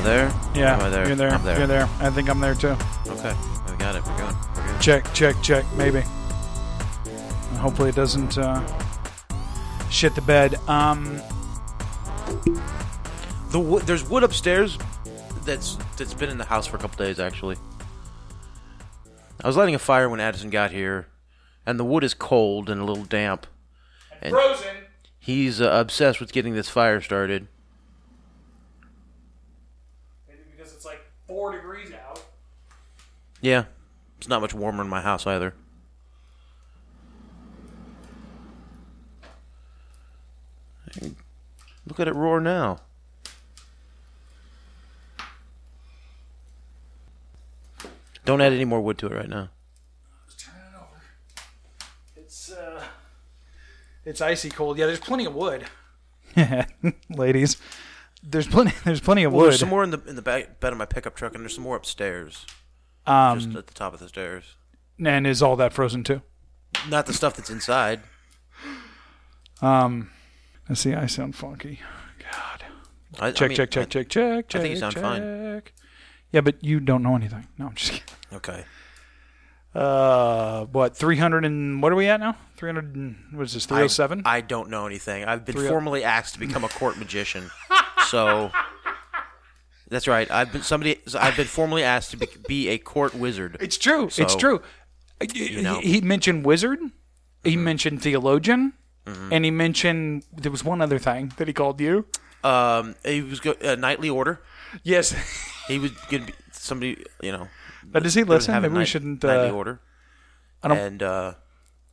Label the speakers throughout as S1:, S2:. S1: I there?
S2: Yeah,
S1: Am I there?
S2: you're there.
S1: I'm there.
S2: You're there. I think I'm there too.
S1: Okay. We got it. We're going. We're good.
S2: Check, check, check. Maybe. And hopefully it doesn't uh, shit the bed. Um,
S1: The wo- there's wood upstairs that's that's been in the house for a couple days actually. I was lighting a fire when Addison got here, and the wood is cold and a little damp. And frozen. He's uh, obsessed with getting this fire started.
S2: because it's like four degrees out.
S1: Yeah, it's not much warmer in my house either. Hey, Look at it roar now. Don't add any more wood to it right now.
S2: It's uh, it's icy cold. Yeah, there's plenty of wood. ladies. There's plenty. There's plenty of
S1: Well,
S2: wood.
S1: there's some more in the in the back bed of my pickup truck, and there's some more upstairs,
S2: um,
S1: just at the top of the stairs.
S2: and is all that frozen too?
S1: Not the stuff that's inside.
S2: Um, let's see. I sound funky. God.
S1: I,
S2: Check, check, check, check, check, check.
S1: I think you sound
S2: check.
S1: fine.
S2: Yeah, but you don't know anything. No, I'm just kidding.
S1: Okay.
S2: Uh, what, 300 and what are we at now? 300, and, what is this, 307?
S1: I, I don't know anything. I've been
S2: Three oh-
S1: formally asked to become a court magician. so that's right. I've been somebody. I've been formally asked to be, be a court wizard.
S2: it's true. it's
S1: So,
S2: true. You Mm-hmm.
S1: know.
S2: He mentioned wizard, he mentioned theologian, and he mentioned there was one other thing that he called you.
S1: Um, he was go, uh, knightly order.
S2: Yes.
S1: He was gonna be somebody. You know.
S2: But does he
S1: gonna
S2: listen?
S1: have a
S2: Maybe we
S1: knight-
S2: shouldn't,
S1: Knightly
S2: uh,
S1: order.
S2: I don't-
S1: And uh,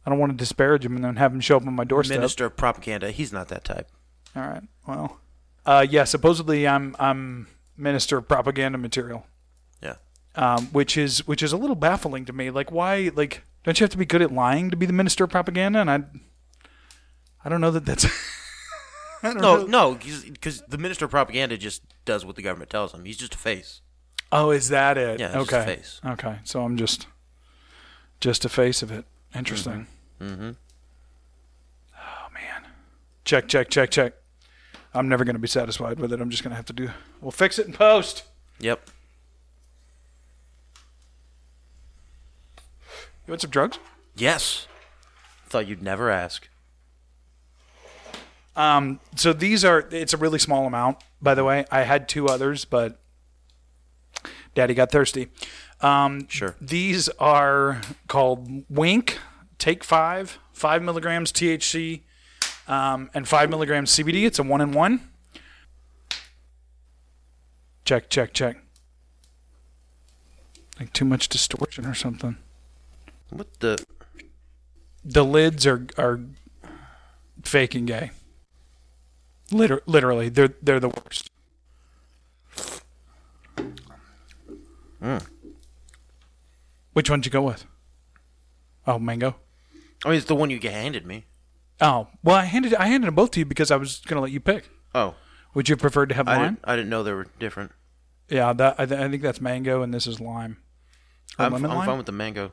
S2: I don't want to disparage him and then have him show up on my doorstep.
S1: minister of propaganda. He's not that type.
S2: All right. Well, uh, yeah, supposedly I'm, I'm minister of propaganda material.
S1: Yeah.
S2: um, which is which is a little baffling to me. Like, why? Like, don't you have to be good at lying to be the minister of propaganda? And I, I don't know that that's. I don't
S1: No,
S2: know.
S1: no, because the minister of propaganda just does what the government tells him. He's just a face.
S2: Oh, is that it?
S1: Yeah, it's just
S2: okay.
S1: a face.
S2: Okay. So I'm just, just a face of it. Interesting. Mm-hmm. Oh man. Check, check, check, check. I'm never going to be satisfied with it. I'm just going to have to do. We'll fix it in post.
S1: Yep.
S2: You want some drugs?
S1: Yes. Thought you'd never ask.
S2: Um, so these are it's a really small amount by the way i had two others but daddy got thirsty um
S1: Sure.
S2: these are called wink take five five milligrams thc um, and five milligrams cbd it's a one in one check check check like too much distortion or something
S1: What the?
S2: the lids are are fake and gay. Liter- literally, they're they're the worst.
S1: Hmm.
S2: Which one'd you go with? Oh, mango.
S1: I mean, it's the one you handed me.
S2: Oh, well, I handed I handed them both to you because I was gonna let you pick.
S1: Oh,
S2: Would you prefer to have
S1: I
S2: lime?
S1: didn't, I didn't know they were different.
S2: Yeah, that I, th- I think that's mango and this is lime. Or
S1: I'm,
S2: lemon
S1: I'm
S2: lime?
S1: fine with the mango.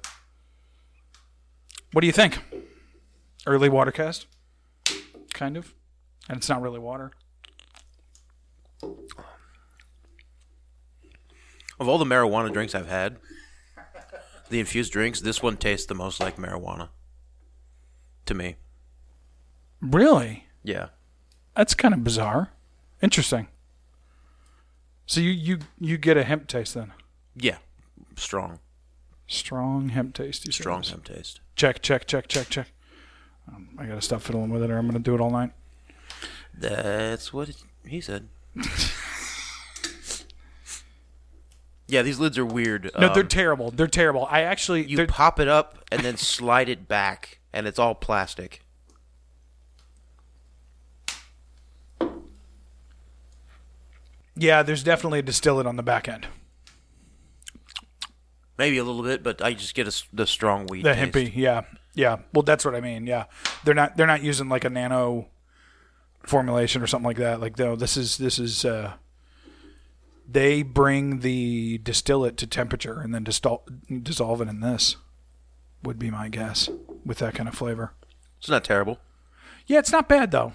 S2: What do you think? Early water cast, kind of, and it's not really water.
S1: Of all the marijuana drinks I've had, the infused drinks, this one tastes the most like marijuana. To me,
S2: Really?
S1: yeah.
S2: That's kind of bizarre. Interesting. So you you you get a hemp taste then?
S1: Yeah. Strong.
S2: Strong hemp taste. You say
S1: Strong
S2: it is.
S1: hemp taste.
S2: Check check check check check. Um, I gotta stop fiddling with it, or I'm gonna do it all night.
S1: That's what it, he said. yeah, these lids are weird.
S2: No, they're
S1: Um,
S2: terrible. They're terrible. I actually
S1: you
S2: they're-
S1: pop it up and then slide it back, and it's all plastic.
S2: yeah. There's definitely a distillate on the back end.
S1: Maybe a little bit, but I just get a s the strong weed.
S2: The
S1: taste.
S2: hippie, yeah, yeah. Well, that's what I mean. Yeah, they're not they're not using like a nano formulation or something like that. Like no, this is this is uh, they bring the distillate to temperature and then distil- dissolve it in this. Would be my guess with that kind of flavor.
S1: It's not terrible.
S2: Yeah, it's not bad though.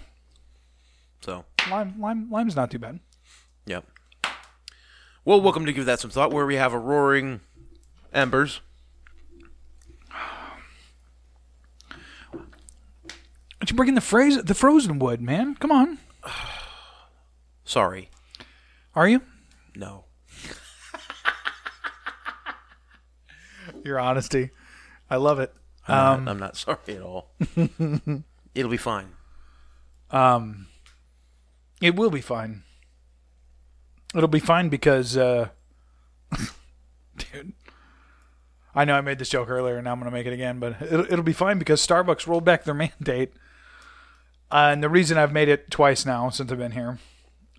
S1: So,
S2: Lime lime lime's not too bad.
S1: yeah. Well, welcome to Give That Some Thought, where we have a roaring embers.
S2: But you bring in the phrase the frozen wood, man. Come on,
S1: Sorry.
S2: are you?
S1: No.
S2: Your honesty, I love it.
S1: I'm, not, I'm not sorry at all. It'll be fine.
S2: It will be fine. It'll be fine because, uh, dude, I know I made this joke earlier and now I'm going to make it again, but it'll, it'll be fine because Starbucks rolled back their mandate. Uh, and the reason I've made it twice now since I've been here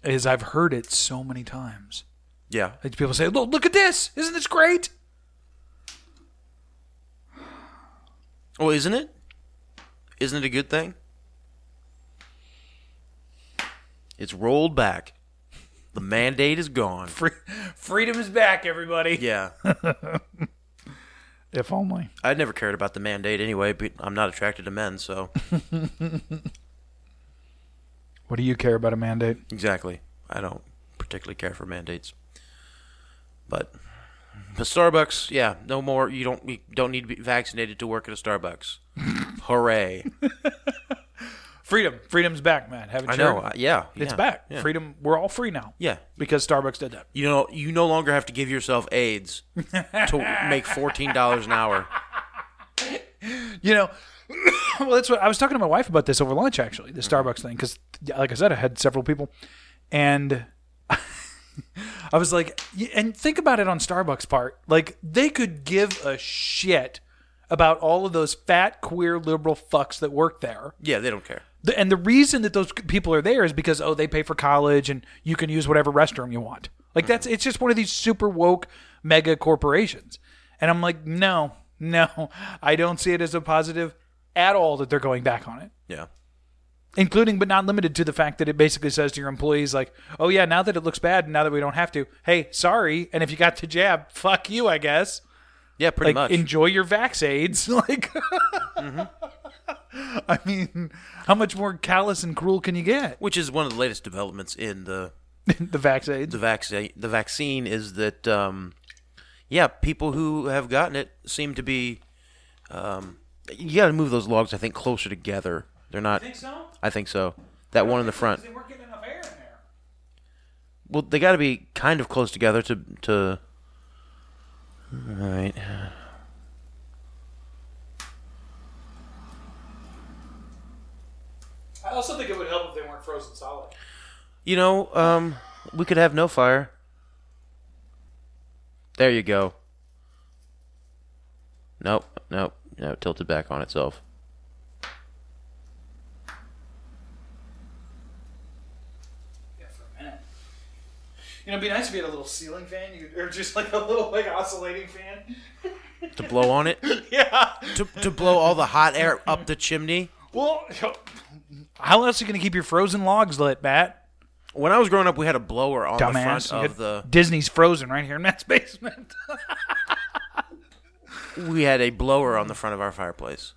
S2: is I've heard it so many times.
S1: Yeah.
S2: Like people say, look, look at this. Isn't this great?
S1: Oh, isn't it? Isn't it a good thing? It's rolled back. The mandate is gone.
S2: Free- freedom is back, everybody.
S1: Yeah.
S2: If only.
S1: I never cared about the mandate anyway, but I'm not attracted to men, so.
S2: What do you care about a mandate?
S1: Exactly. I don't particularly care for mandates. But but Starbucks, yeah, no more. You don't you don't need to be vaccinated to work at a Starbucks. Hooray!
S2: Freedom. Freedom's back, man. Haven't
S1: I
S2: you
S1: know.
S2: heard?
S1: I- yeah,
S2: It's
S1: yeah,
S2: back.
S1: Yeah.
S2: Freedom. We're all free now.
S1: Yeah.
S2: Because Starbucks did that.
S1: You know, you no longer have to give yourself AIDS to make fourteen dollars an hour.
S2: You know, well, that's what I was talking to my wife about this over lunch, actually, the Starbucks thing. Because, like I said, I had several people. And I was like, y- and think about it on Starbucks' part. Like, they could give a shit about all of those fat, queer, liberal fucks that work there.
S1: Yeah, they don't care.
S2: The- And the reason that those people are there is because oh they pay for college and you can use whatever restroom you want. Like that's it's just one of these super woke mega corporations. And I'm like no, no. I don't see it as a positive at all that they're going back on it.
S1: Yeah,
S2: Including but not limited to the fact that it basically says to your employees like, "Oh yeah, now that it looks bad and now that we don't have to, hey, sorry, and if you got the jab, fuck you, I guess."
S1: yeah, pretty
S2: like
S1: much.
S2: enjoy your vax aids like
S1: Mm-hmm.
S2: i mean how much more callous and cruel can you get
S1: Which is one of the latest developments in the
S2: the vax aids
S1: the vaccine. The vaccine is that, um, yeah, people who have gotten it seem to be. Um, you got to move those logs, I think, closer together. They're not. I think so. That one in the front.
S2: weren't getting enough air in there
S1: Well, they got to be kind of close together to to. All right.
S2: i also think it would help if they weren't frozen solid
S1: You know, um, we could have no fire. There you go. Nope, nope, no, it tilted back on itself.
S2: yeah for a minute you know it'd be nice if you had a little ceiling fan you could, or just like a little like oscillating fan
S1: To blow on it?
S2: yeah
S1: to, to blow all the hot air up the chimney?
S2: well how else are you going to keep your frozen logs lit matt
S1: When I was growing up, we had a blower on
S2: Dumbass.
S1: the front
S2: You
S1: of
S2: got
S1: the.
S2: Disney's frozen right here in Matt's basement.
S1: We had a blower on the front of our fireplace.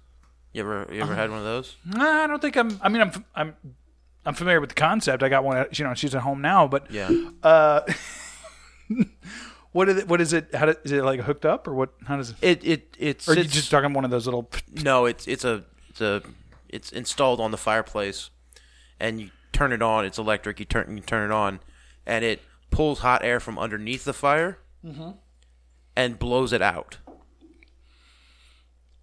S1: You ever, you ever had one of those?
S2: Nah, I don't think I'm. I mean, I'm. I'm. I'm familiar with the concept. I got one. at- You know, she's at home now. But
S1: Yeah.
S2: what is it? What is it? How do, is it like hooked up or what? How does it?
S1: It it it
S2: Or you
S1: sits-
S2: just talking one of those little?
S1: No, it's it's a it's a it's installed on the fireplace, and you turn it on. It's electric. You turn you turn it on, and it pulls hot air from underneath the fire,
S2: Mm-hmm.
S1: and blows it out.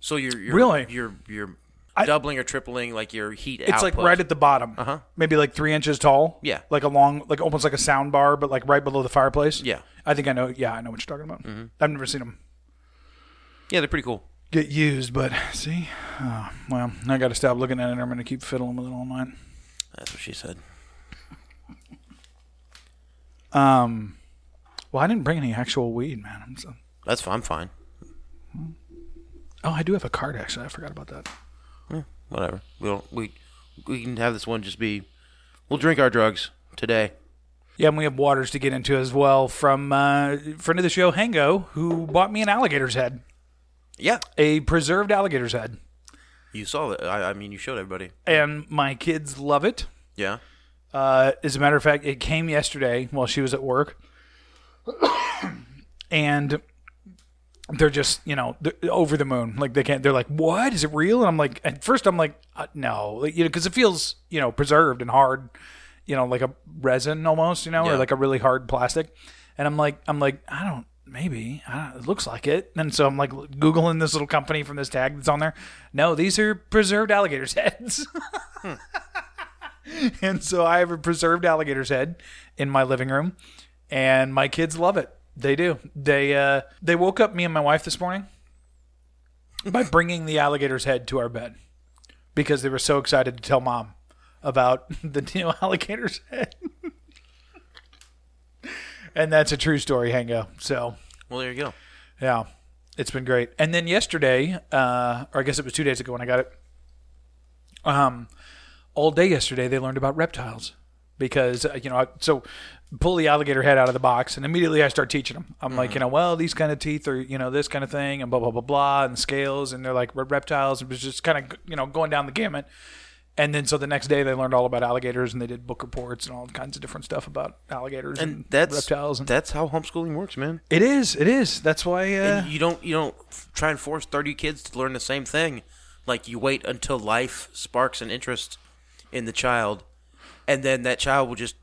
S1: So you're, you're
S2: Really?
S1: you're you're doubling or tripling like your heat.
S2: It's like right at the bottom. Uh huh. Maybe like three inches tall.
S1: Uh-huh. Yeah.
S2: Like a long, like almost like a sound bar, but like right below the fireplace.
S1: Yeah. Mm-hmm.
S2: I think I know. Yeah, I know what you're talking about. I've never seen them
S1: yeah, they're pretty cool.
S2: get used, but see, oh, well, I got to stop looking at it. or I'm going to keep fiddling with it all night.
S1: That's what she said.
S2: Um, well, I didn't bring any actual weed, man. I'm so
S1: That's fine. I'm fine.
S2: Oh, I do have a card actually. I forgot about that.
S1: Whatever. We don't. We we can have this one just be. We'll drink our drugs today.
S2: Yeah, and we have waters to get into as well from uh, friend of the show Hango, who bought me an alligator's head,
S1: Yeah.
S2: a preserved alligator's head,
S1: You saw that. I, I mean, you showed everybody.
S2: and my kids love it.
S1: Yeah.
S2: Uh, as a matter of fact, it came yesterday while she was at work, and they're just you know they're over the moon. Like they can't. They're like, "What is it real?" And I'm like, at first I'm like, uh, "No," like, you know, because it feels you know preserved and hard, you know, like a resin almost, you know,
S1: Yeah.
S2: or like a really hard plastic. And I'm like, I'm like, I don't. Maybe I don't, it looks like it, and so I'm like googling this little company from this tag that's on there. No, these are preserved alligators' heads. and so I have a preserved alligator's head in my living room, and my kids love it. They do. They uh, they woke up me and my wife this morning by bringing the alligator's head to our bed because they were so excited to tell mom about the new alligator's head. and that's a true story, Hango. So
S1: Well, there you go.
S2: yeah, it's been great. And then yesterday, uh, or I guess it was two days ago when I got it. Um, all day yesterday they learned about reptiles because uh, you know I, so pull the alligator head out of the box and immediately I start teaching them. I'm
S1: Mm-hmm.
S2: like you know well these kind of teeth are you know this kind of thing and blah blah blah blah and scales and they're like "We're reptiles and it was just kind of you know going down the gamut. And then so the next day they learned all about alligators and they did book reports and all kinds of different stuff about alligators and,
S1: And that's
S2: reptiles and
S1: that's how homeschooling works, man.
S2: it is it is that's why uh,
S1: And you don't you don't f- try and force thirty kids to learn the same thing. Like you wait until life sparks an interest in the child, and then that child will just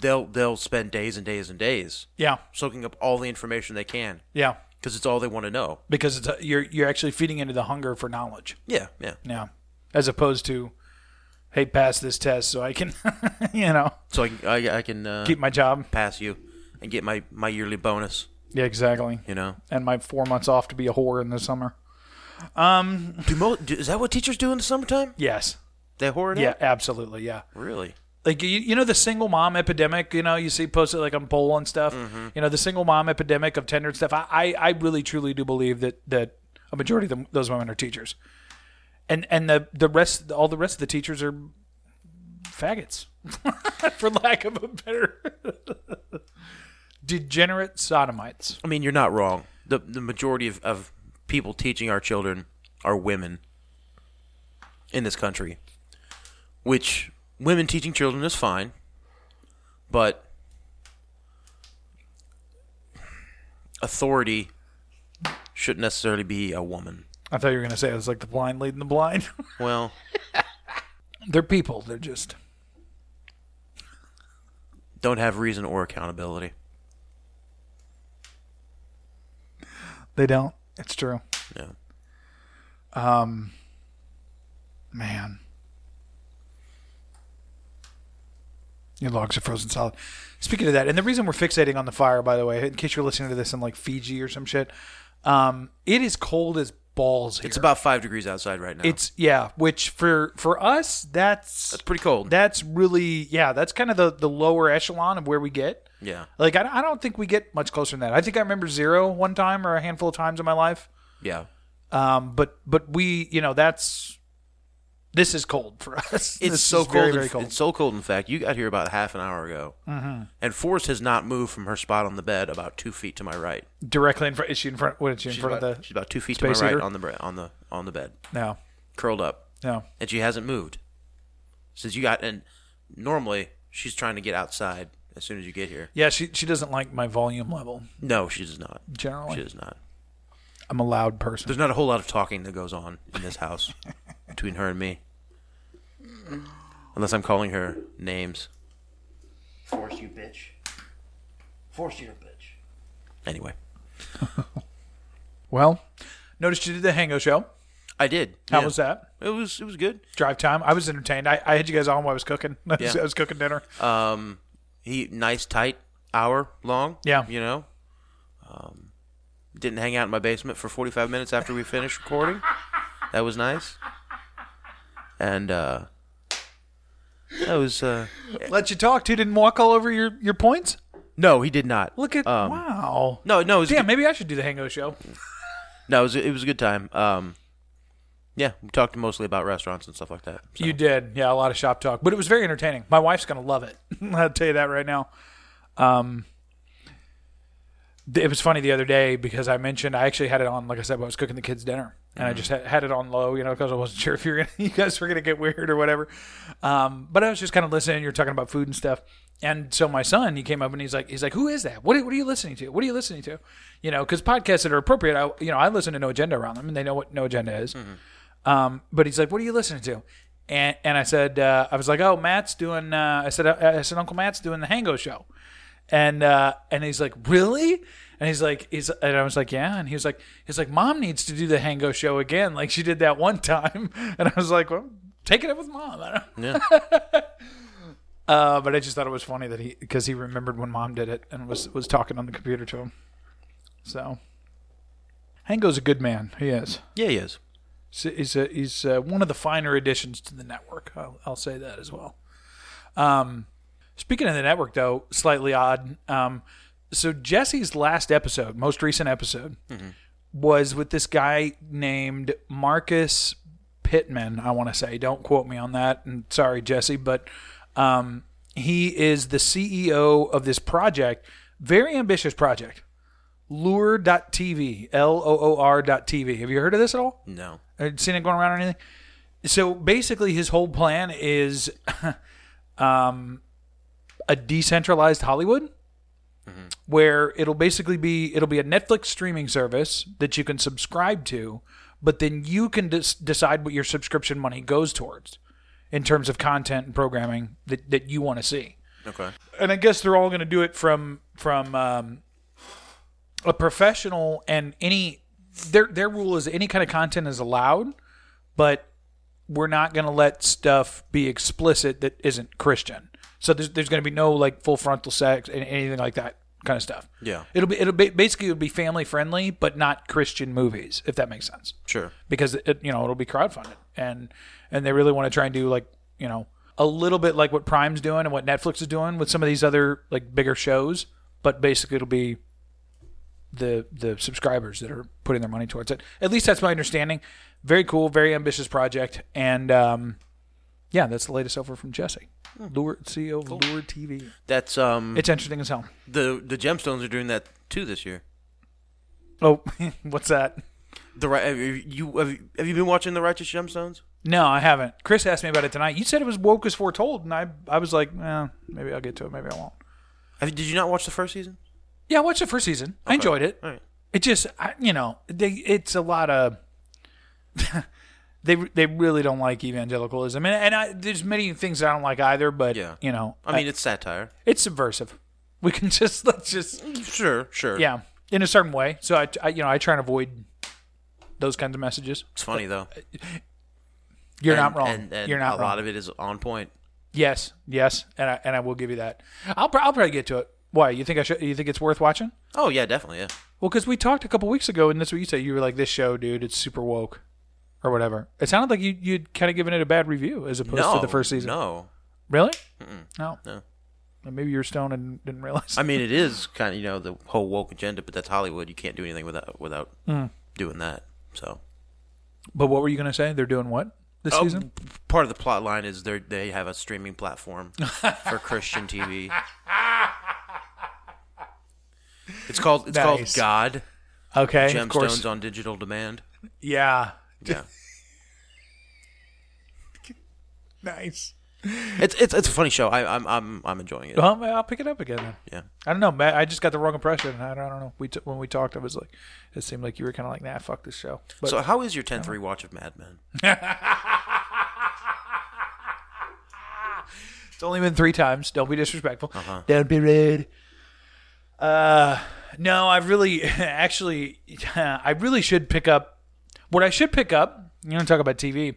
S1: they'll they'll spend days and days and days
S2: yeah
S1: soaking up all the information they can
S2: yeah
S1: because it's all they want to know.
S2: because it's a, you're you're actually feeding into the hunger for knowledge.
S1: Yeah, yeah.
S2: Yeah, as opposed to, hey, pass this test so I can, you know,
S1: So I can- I, I can uh,
S2: keep my job.
S1: pass you and get my my yearly bonus.
S2: Yeah, exactly.
S1: You know,
S2: And my four months off to be a whore in the summer.
S1: do mo- do, is that what teachers do in the summertime?
S2: Yes.
S1: They hoard it.
S2: Yeah,
S1: out?
S2: absolutely. Yeah.
S1: really.
S2: like you, you know the single mom epidemic you know you see posted like on poll and stuff you know the single mom epidemic of tendered stuff I, I i really truly do believe that that a majority of them, those women are teachers and and the the rest all the rest of the teachers are faggots for lack of a better degenerate sodomites
S1: I mean, you're not wrong. The the majority of, of people teaching our children are women in this country. Which women teaching children is fine, but authority shouldn't necessarily be a woman.
S2: i thought you were going to say it was like the blind leading the blind
S1: Well,
S2: they're people they're just
S1: don't have reason or accountability.
S2: They don't. It's true.
S1: Yeah.
S2: Um, man, your logs are frozen solid. Speaking of that, and the reason we're fixating on the fire, by the way, in case you're listening to this in like Fiji or some shit, um, it is cold as balls here.
S1: It's about five degrees outside right now.
S2: It's yeah, which for for us that's
S1: That's pretty cold.
S2: that's really yeah, that's kind of the the lower echelon of where we get.
S1: yeah,
S2: Like I, I don't think we get much closer than that. I think I remember zero one time or a handful of times in my life.
S1: yeah.
S2: Um, but but we you know that's this is cold for us.
S1: It's
S2: This
S1: so
S2: is
S1: cold.
S2: very
S1: in-
S2: very cold. Mm-hmm.
S1: It's so cold. In fact, you got here about half an hour ago, and Forrest has not moved from her spot on the bed about two feet to my right.
S2: Directly in front. Is she in front? What is she in
S1: She's
S2: front
S1: about,
S2: of
S1: she's
S2: the?
S1: about two feet
S2: Uh, space
S1: to my
S2: heater?
S1: right on the bre- on the on the bed,
S2: No,
S1: curled up,
S2: no.
S1: and she hasn't moved since you got. And normally she's trying to get outside as soon as you get here.
S2: Yeah, she she doesn't like my volume level
S1: No, she does not.
S2: generally.
S1: She does not.
S2: I'm a loud person.
S1: There's not a whole lot of talking that goes on in this house between her and me, unless I'm calling her names. Forrest, you bitch. Forrest, you're a bitch. Anyway,
S2: Well, noticed you did the Hango show.
S1: I did.
S2: How
S1: yeah.
S2: was that?
S1: It was it was good.
S2: Drive time. I was entertained. I, I had you guys on while I was cooking. I was,
S1: Yeah.
S2: I was cooking dinner.
S1: Um, he nice tight hour long.
S2: Yeah.
S1: you know. Um, didn't hang out in my basement for 45 minutes after we finished recording. That was nice. And uh, that uh, was uh,
S2: Let you talk. Two didn't walk all over your your points.
S1: No, he did not.
S2: Look at
S1: um,
S2: wow.
S1: No, no, it was a
S2: Damn,
S1: good-
S2: maybe I should do the Hangover show.
S1: no, it was, it was a good time. Um, yeah, we talked mostly about restaurants and stuff like that. so.
S2: You did, yeah, a lot of shop talk, but it was very entertaining. My wife's gonna love it. I'll tell you that right now. Um, th- it was funny the other day because I mentioned I actually had it on, like I said, when I was cooking the kids dinner, and I just had, had it on low, you know, because I wasn't sure if you're gonna, you guys were gonna get weird or whatever. Um, but I was just kind of listening. You're talking about food and stuff, and so my son he came up and he's like, he's like, who is that? What are, what are you listening to? What are you listening to? You know, because podcasts that are appropriate, I you know, I listen to No Agenda around them, and they know what No Agenda is. Um, but he's like, "What are you listening to?" And and I said, uh, I was like, "Oh, Matt's doing." Uh, I said, I, I said, Uncle Matt's doing the Hango show, and uh, and he's like, "Really?" And he's like, he's and I was like, "Yeah." And he was like, he's like, "Mom needs to do the Hango show again, like she did that one time." And I was like, "Well, take it up with mom." I don't know. uh, but I just thought it was funny that he because he remembered when mom did it and was was talking on the computer to him. So, Hango's a good man. He is
S1: Yeah, he is.
S2: is a, is uh one of the finer additions to the network. I'll, I'll say that as well. Um, speaking of the network, though, slightly odd. Um, so Jesse's last episode, most recent episode, was with this guy named Marcus Pittman. I want to say, don't quote me on that. And sorry, Jesse, but um, he is the CEO of this project, very ambitious project. Lure.tv, L O O R.tv. Have you heard of this at all?
S1: No.
S2: I'd seen it going around or anything. So basically, his whole plan is um, a decentralized Hollywood, where it'll basically be it'll be a Netflix streaming service that you can subscribe to, but then you can des- decide what your subscription money goes towards in terms of content and programming that, that you want to see
S1: Okay.
S2: and I guess they're all going to do it from from um, a professional and any their their rule is any kind of content is allowed, but we're not going to let stuff be explicit that isn't Christian. So there's there's going to be no like full frontal sex and anything like that kind of stuff.
S1: Yeah.
S2: it'll be it'll be basically it'll be family friendly, but not Christian movies if that makes sense
S1: Sure.
S2: because it, you know it'll be crowdfunded and and they really want to try and do like you know a little bit like what prime's doing and what netflix is doing with some of these other like bigger shows but basically it'll be the the subscribers that are putting their money towards it at least that's my understanding very cool very ambitious project and um yeah that's the latest over from jesse lure ceo of lure tv
S1: That's um
S2: it's interesting as hell
S1: the the gemstones are doing that too this year.
S2: oh what's that
S1: The Ri- have you have you, have you been watching the Righteous Gemstones?
S2: No, I haven't. Chris asked me about it tonight. You said it was woke as foretold, and I I was like, eh, maybe I'll get to it, maybe I won't.
S1: Have, did you not watch the first season?
S2: Yeah, I watched the first season. I enjoyed it.
S1: All right.
S2: It just, I, you know, they it's a lot of they they really don't like evangelicalism, and and I, there's many things that I don't like either. But
S1: Yeah.
S2: you know,
S1: I mean, it's satire.
S2: it's subversive. We can just let's just
S1: Sure, sure.
S2: yeah, in a certain way. So I, I you know I try and avoid those kinds of messages.
S1: It's funny though.
S2: You're
S1: And-
S2: not wrong.
S1: And, and
S2: You're not
S1: a
S2: wrong.
S1: lot of it is on point.
S2: Yes, yes, and I and I will give you that. I'll pr- I'll probably get to it. Why you think I should? You think it's worth watching?
S1: Oh yeah, definitely. Yeah.
S2: Well, because we talked a couple weeks ago, and that's what you said. You were like, "This show, dude, it's super woke," or whatever. It sounded like you you'd kind of given it a bad review as opposed
S1: no,
S2: to the first season.
S1: No,
S2: Really? No.
S1: No.
S2: And Maybe you were stoned and didn't realize.
S1: I mean it is kind of you know the whole woke agenda, but that's Hollywood. You can't do anything without without doing that. So
S2: but what were you gonna say? They're doing what this
S1: Oh,
S2: season?
S1: part of the plot line is they they have a streaming platform for Christian TV. It's called it's called
S2: Nice.
S1: God
S2: Okay, of course.
S1: Gemstones on digital demand.
S2: yeah.
S1: Yeah.
S2: Nice. Uh,
S1: It's it's it's a funny show. I, I'm I'm I'm enjoying it.
S2: Well, I'll pick it up again. Then.
S1: Yeah.
S2: I don't know, Matt. I just got the wrong impression. I don't, I don't know. We t- when we talked, I was like, it seemed like you were kind of like, nah, fuck this show. But
S1: So how is your tenth rewatch of Mad Men?
S2: It's only been three times. Don't be disrespectful. Don't be rude. Uh, no, I really, actually, I really should pick up. What I should pick up, you want to talk about TV?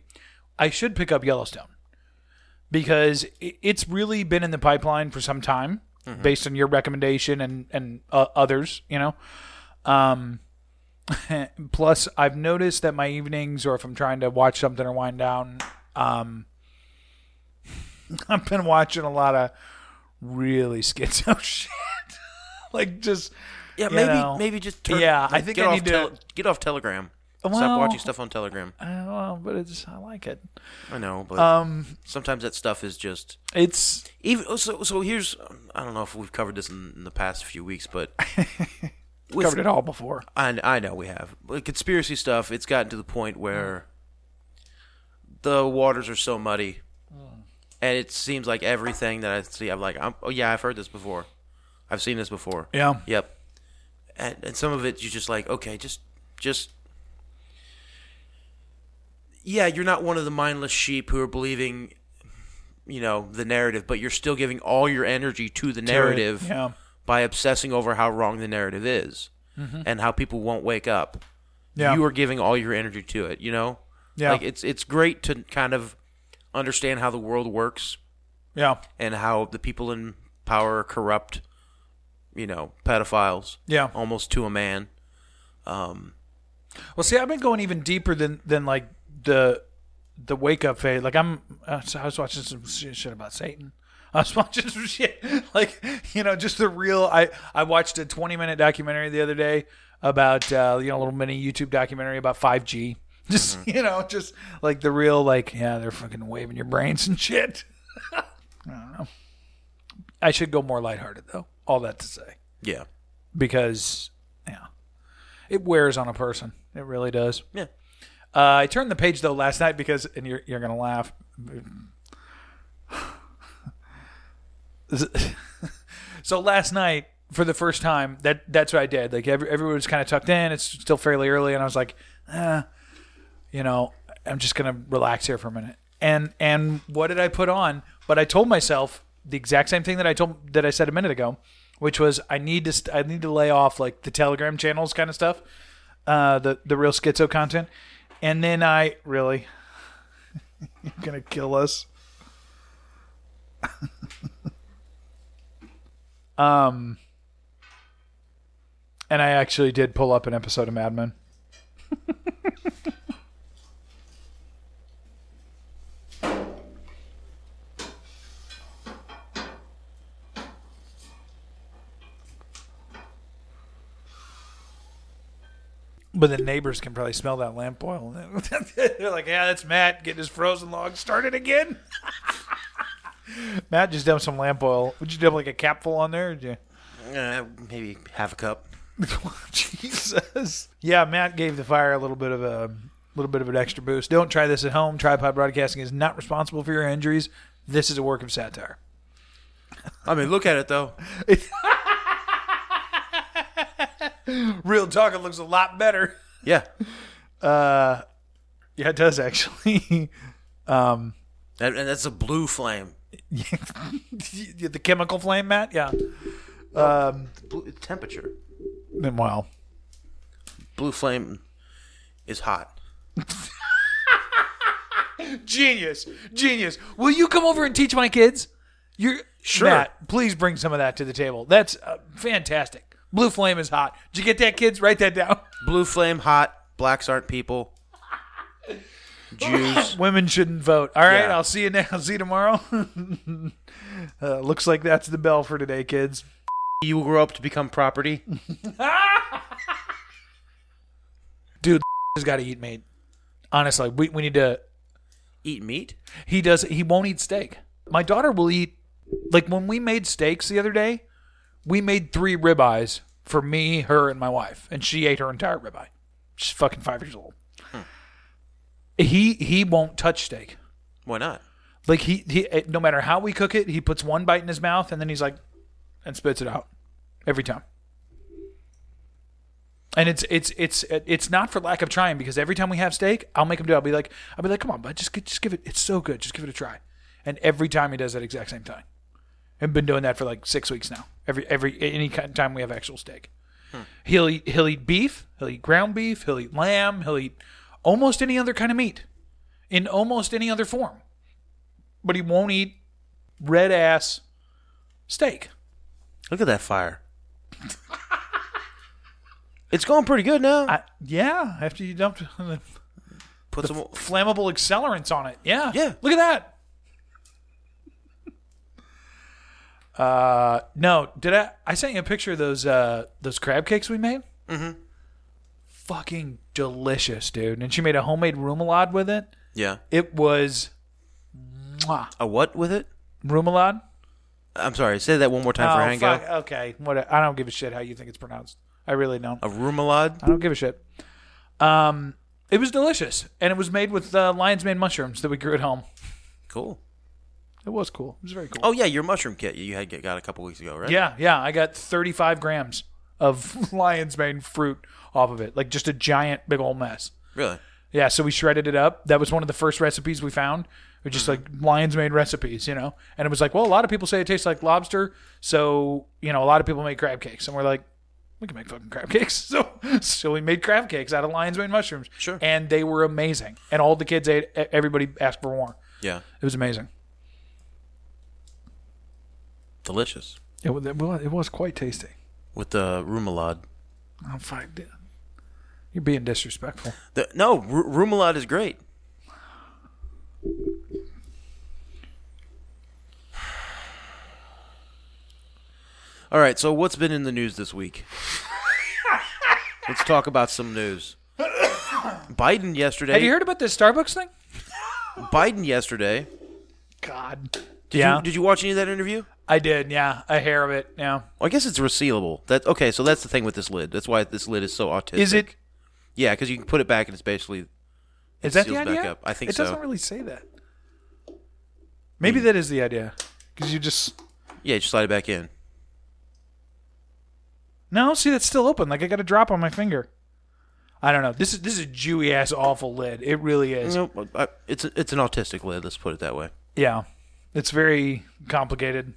S2: I should pick up Yellowstone because i- it's really been in the pipeline for some time, based on your recommendation and and uh, others. You know, um, plus I've noticed that my evenings, or if I'm trying to watch something or wind down, um, I've been watching a lot of really schizo shit. like just
S1: Yeah,
S2: you
S1: maybe
S2: know.
S1: maybe just turn,
S2: Yeah, I
S1: like,
S2: think
S1: get
S2: I
S1: off
S2: need to-
S1: get off Telegram.
S2: Well-
S1: Stop watching stuff on Telegram.
S2: I don't know, but it's I like it.
S1: I know, but
S2: Um,
S1: sometimes that stuff is just
S2: it's
S1: even. oh, So so here's I don't know if we've covered this in, in the past few weeks, but with-
S2: covered it all before.
S1: I, I know we have. But conspiracy stuff, it's gotten to the point where the waters are so muddy. And it seems like everything that I see, I'm like, I'm, oh, yeah, I've heard this before. I've seen this before.
S2: Yeah.
S1: Yep. And, and some of it, you're just like, okay, just, just. Yeah, you're not one of the mindless sheep who are believing, you know, the narrative, but you're still giving all your energy to the narrative
S2: Yeah.
S1: by obsessing over how wrong the narrative is and how people won't wake up.
S2: Mm-hmm. Yeah.
S1: You are giving all your energy to it, you know?
S2: Yeah.
S1: Like it's it's great to kind of understand how the world works
S2: Yeah.
S1: and how the people in power are corrupt, you know, pedophiles.
S2: Yeah.
S1: Almost to a man. Um
S2: Well, see, I've been going even deeper than than like the the wake up phase. Like I'm, uh, so I was watching some sh- shit about Satan. I was watching some shit like you know just the real. I I watched a 20 minute documentary the other day about uh, you know a little mini YouTube documentary about 5G. Just you know, just like the real like yeah, they're fucking waving your brains and shit. I don't know. I should go more lighthearted though. All that to say
S1: yeah.
S2: because yeah, it wears on a person. It really does.
S1: Yeah.
S2: Uh, I turned the page though last night because, and you're you're gonna laugh. so last night, for the first time, that that's what I did. Like every, everyone was kind of tucked in. It's still fairly early, and I was like, eh, you know, I'm just gonna relax here for a minute. And and what did I put on? But I told myself the exact same thing that I told that I said a minute ago, which was I need to st- I need to lay off like the Telegram channels kind of stuff, uh, the the real schizo content. And then I really, you're gonna kill us. um, and I actually did pull up an episode of Mad Men. But the neighbors can probably smell that lamp oil. They're like, yeah, that's Matt getting his frozen log started again. Matt just dumped some lamp oil. Would you dump like a capful on there? Or did
S1: Uh, maybe half a cup.
S2: you? Jesus. Yeah, Matt gave the fire a little bit of a little bit of an extra boost. Don't try this at home. Tripod Broadcasting is not responsible for your injuries. This is a work of satire.
S1: I mean, look at it though.
S2: Real talk. It looks a lot better.
S1: Yeah.
S2: Yeah, it does actually.
S1: And, and that's a blue flame.
S2: the chemical flame, Matt. Yeah.
S1: Blue, temperature.
S2: Meanwhile.
S1: Blue flame is hot.
S2: Genius, genius. Will you come over and teach my kids? You're
S1: Sure.
S2: Matt, please bring some of that to the table. That's uh, fantastic. Blue flame is hot. Did you get that, kids? Write that down.
S1: Blue flame hot. Blacks aren't people. Jews.
S2: Women shouldn't vote. All right,
S1: Yeah.
S2: I'll see you. Now. I'll see you tomorrow. uh, looks like that's the bell for today, kids.
S1: you will grow up to become property.
S2: He's got to eat meat. Honestly, we we need to.
S1: Eat meat?
S2: He does. He won't eat steak. My daughter will eat. Like when we made steaks the other day, we made three ribeyes for me, her, and my wife, and she ate her entire ribeye. She's fucking five years old. He he won't touch steak.
S1: Why not?
S2: Like he he eh, no matter how we cook it, he puts one bite in his mouth and then he's like, and spits it out every time. And it's it's it's it's not for lack of trying because every time we have steak, I'll make him do. it. I'll be like, I'll be like, come on, bud, just gi- just give it. It's so good, just give it a try. And every time he does that exact same thing. I've been doing that for like six weeks now. Every every any kind of time we have actual steak, he'll eat he'll eat beef, he'll eat ground beef, he'll eat lamb, he'll eat almost any other kind of meat, in almost any other form. But he won't eat red ass steak.
S1: Look at that fire. it's going pretty good now.
S2: I, yeah, after you dumped the
S1: Put some.
S2: flammable accelerants on it. Yeah.
S1: Yeah.
S2: Look at that. Uh, no, did I? I sent you a picture of those uh, those crab cakes we made. Mm-hmm. Fucking delicious, dude! And she made a homemade remoulade with it.
S1: Yeah.
S2: It was mwah,
S1: A what with it?
S2: remoulade.
S1: I'm sorry. Say that one more time
S2: Oh,
S1: for Hango.
S2: fuck. Okay, what? I don't give a shit how you think it's pronounced. I really don't.
S1: A rumalad.
S2: I don't give a shit. Um, it was delicious, and it was made with uh, lion's mane mushrooms that we grew at home.
S1: Cool.
S2: It was cool. It was very cool.
S1: Oh yeah, your mushroom kit you had got a couple weeks ago, right?
S2: Yeah, yeah. I got 35 grams of lion's mane fruit off of it, like just a giant, big old mess.
S1: Really?
S2: Yeah, so we shredded it up. That was one of the first recipes we found. It was just like lion's mane recipes, you know? And it was like, well, a lot of people say it tastes like lobster. So, you know, a lot of people make crab cakes. And we're like, we can make fucking crab cakes. So, so we made crab cakes out of lion's mane mushrooms.
S1: Sure.
S2: And they were amazing. And all the kids ate, e- everybody asked for more.
S1: Yeah.
S2: It was amazing.
S1: Delicious.
S2: It, wa- it, wa- it was quite tasty.
S1: With the rumalad.
S2: Oh, fuck. dude. You're being disrespectful.
S1: The, no, ru- rumalad is great. All right, so what's been in the news this week? Let's talk about some news. Biden yesterday.
S2: Have you heard about this Starbucks thing?
S1: Biden yesterday.
S2: God.
S1: Did
S2: yeah.
S1: You, did you watch any of that interview?
S2: I did. Yeah. A hair of it. Yeah.
S1: Well, I guess it's resealable. That okay. So that's the thing with this lid. That's why this lid is so autistic.
S2: Is it?
S1: Yeah, because you can put it back and it's basically
S2: Is that the
S1: seals
S2: idea?
S1: back up. I think
S2: it
S1: so. Hmm.
S2: doesn't really say that. Maybe that is the idea. Because you just
S1: yeah. You just slide it back in.
S2: no. See, that's still open. Like I got a drop on my finger. I don't know. This is this is a Jewy ass awful lid. It really is.
S1: No, uh, I- it's it's an autistic lid. Let's put it that way.
S2: Yeah. It's very complicated.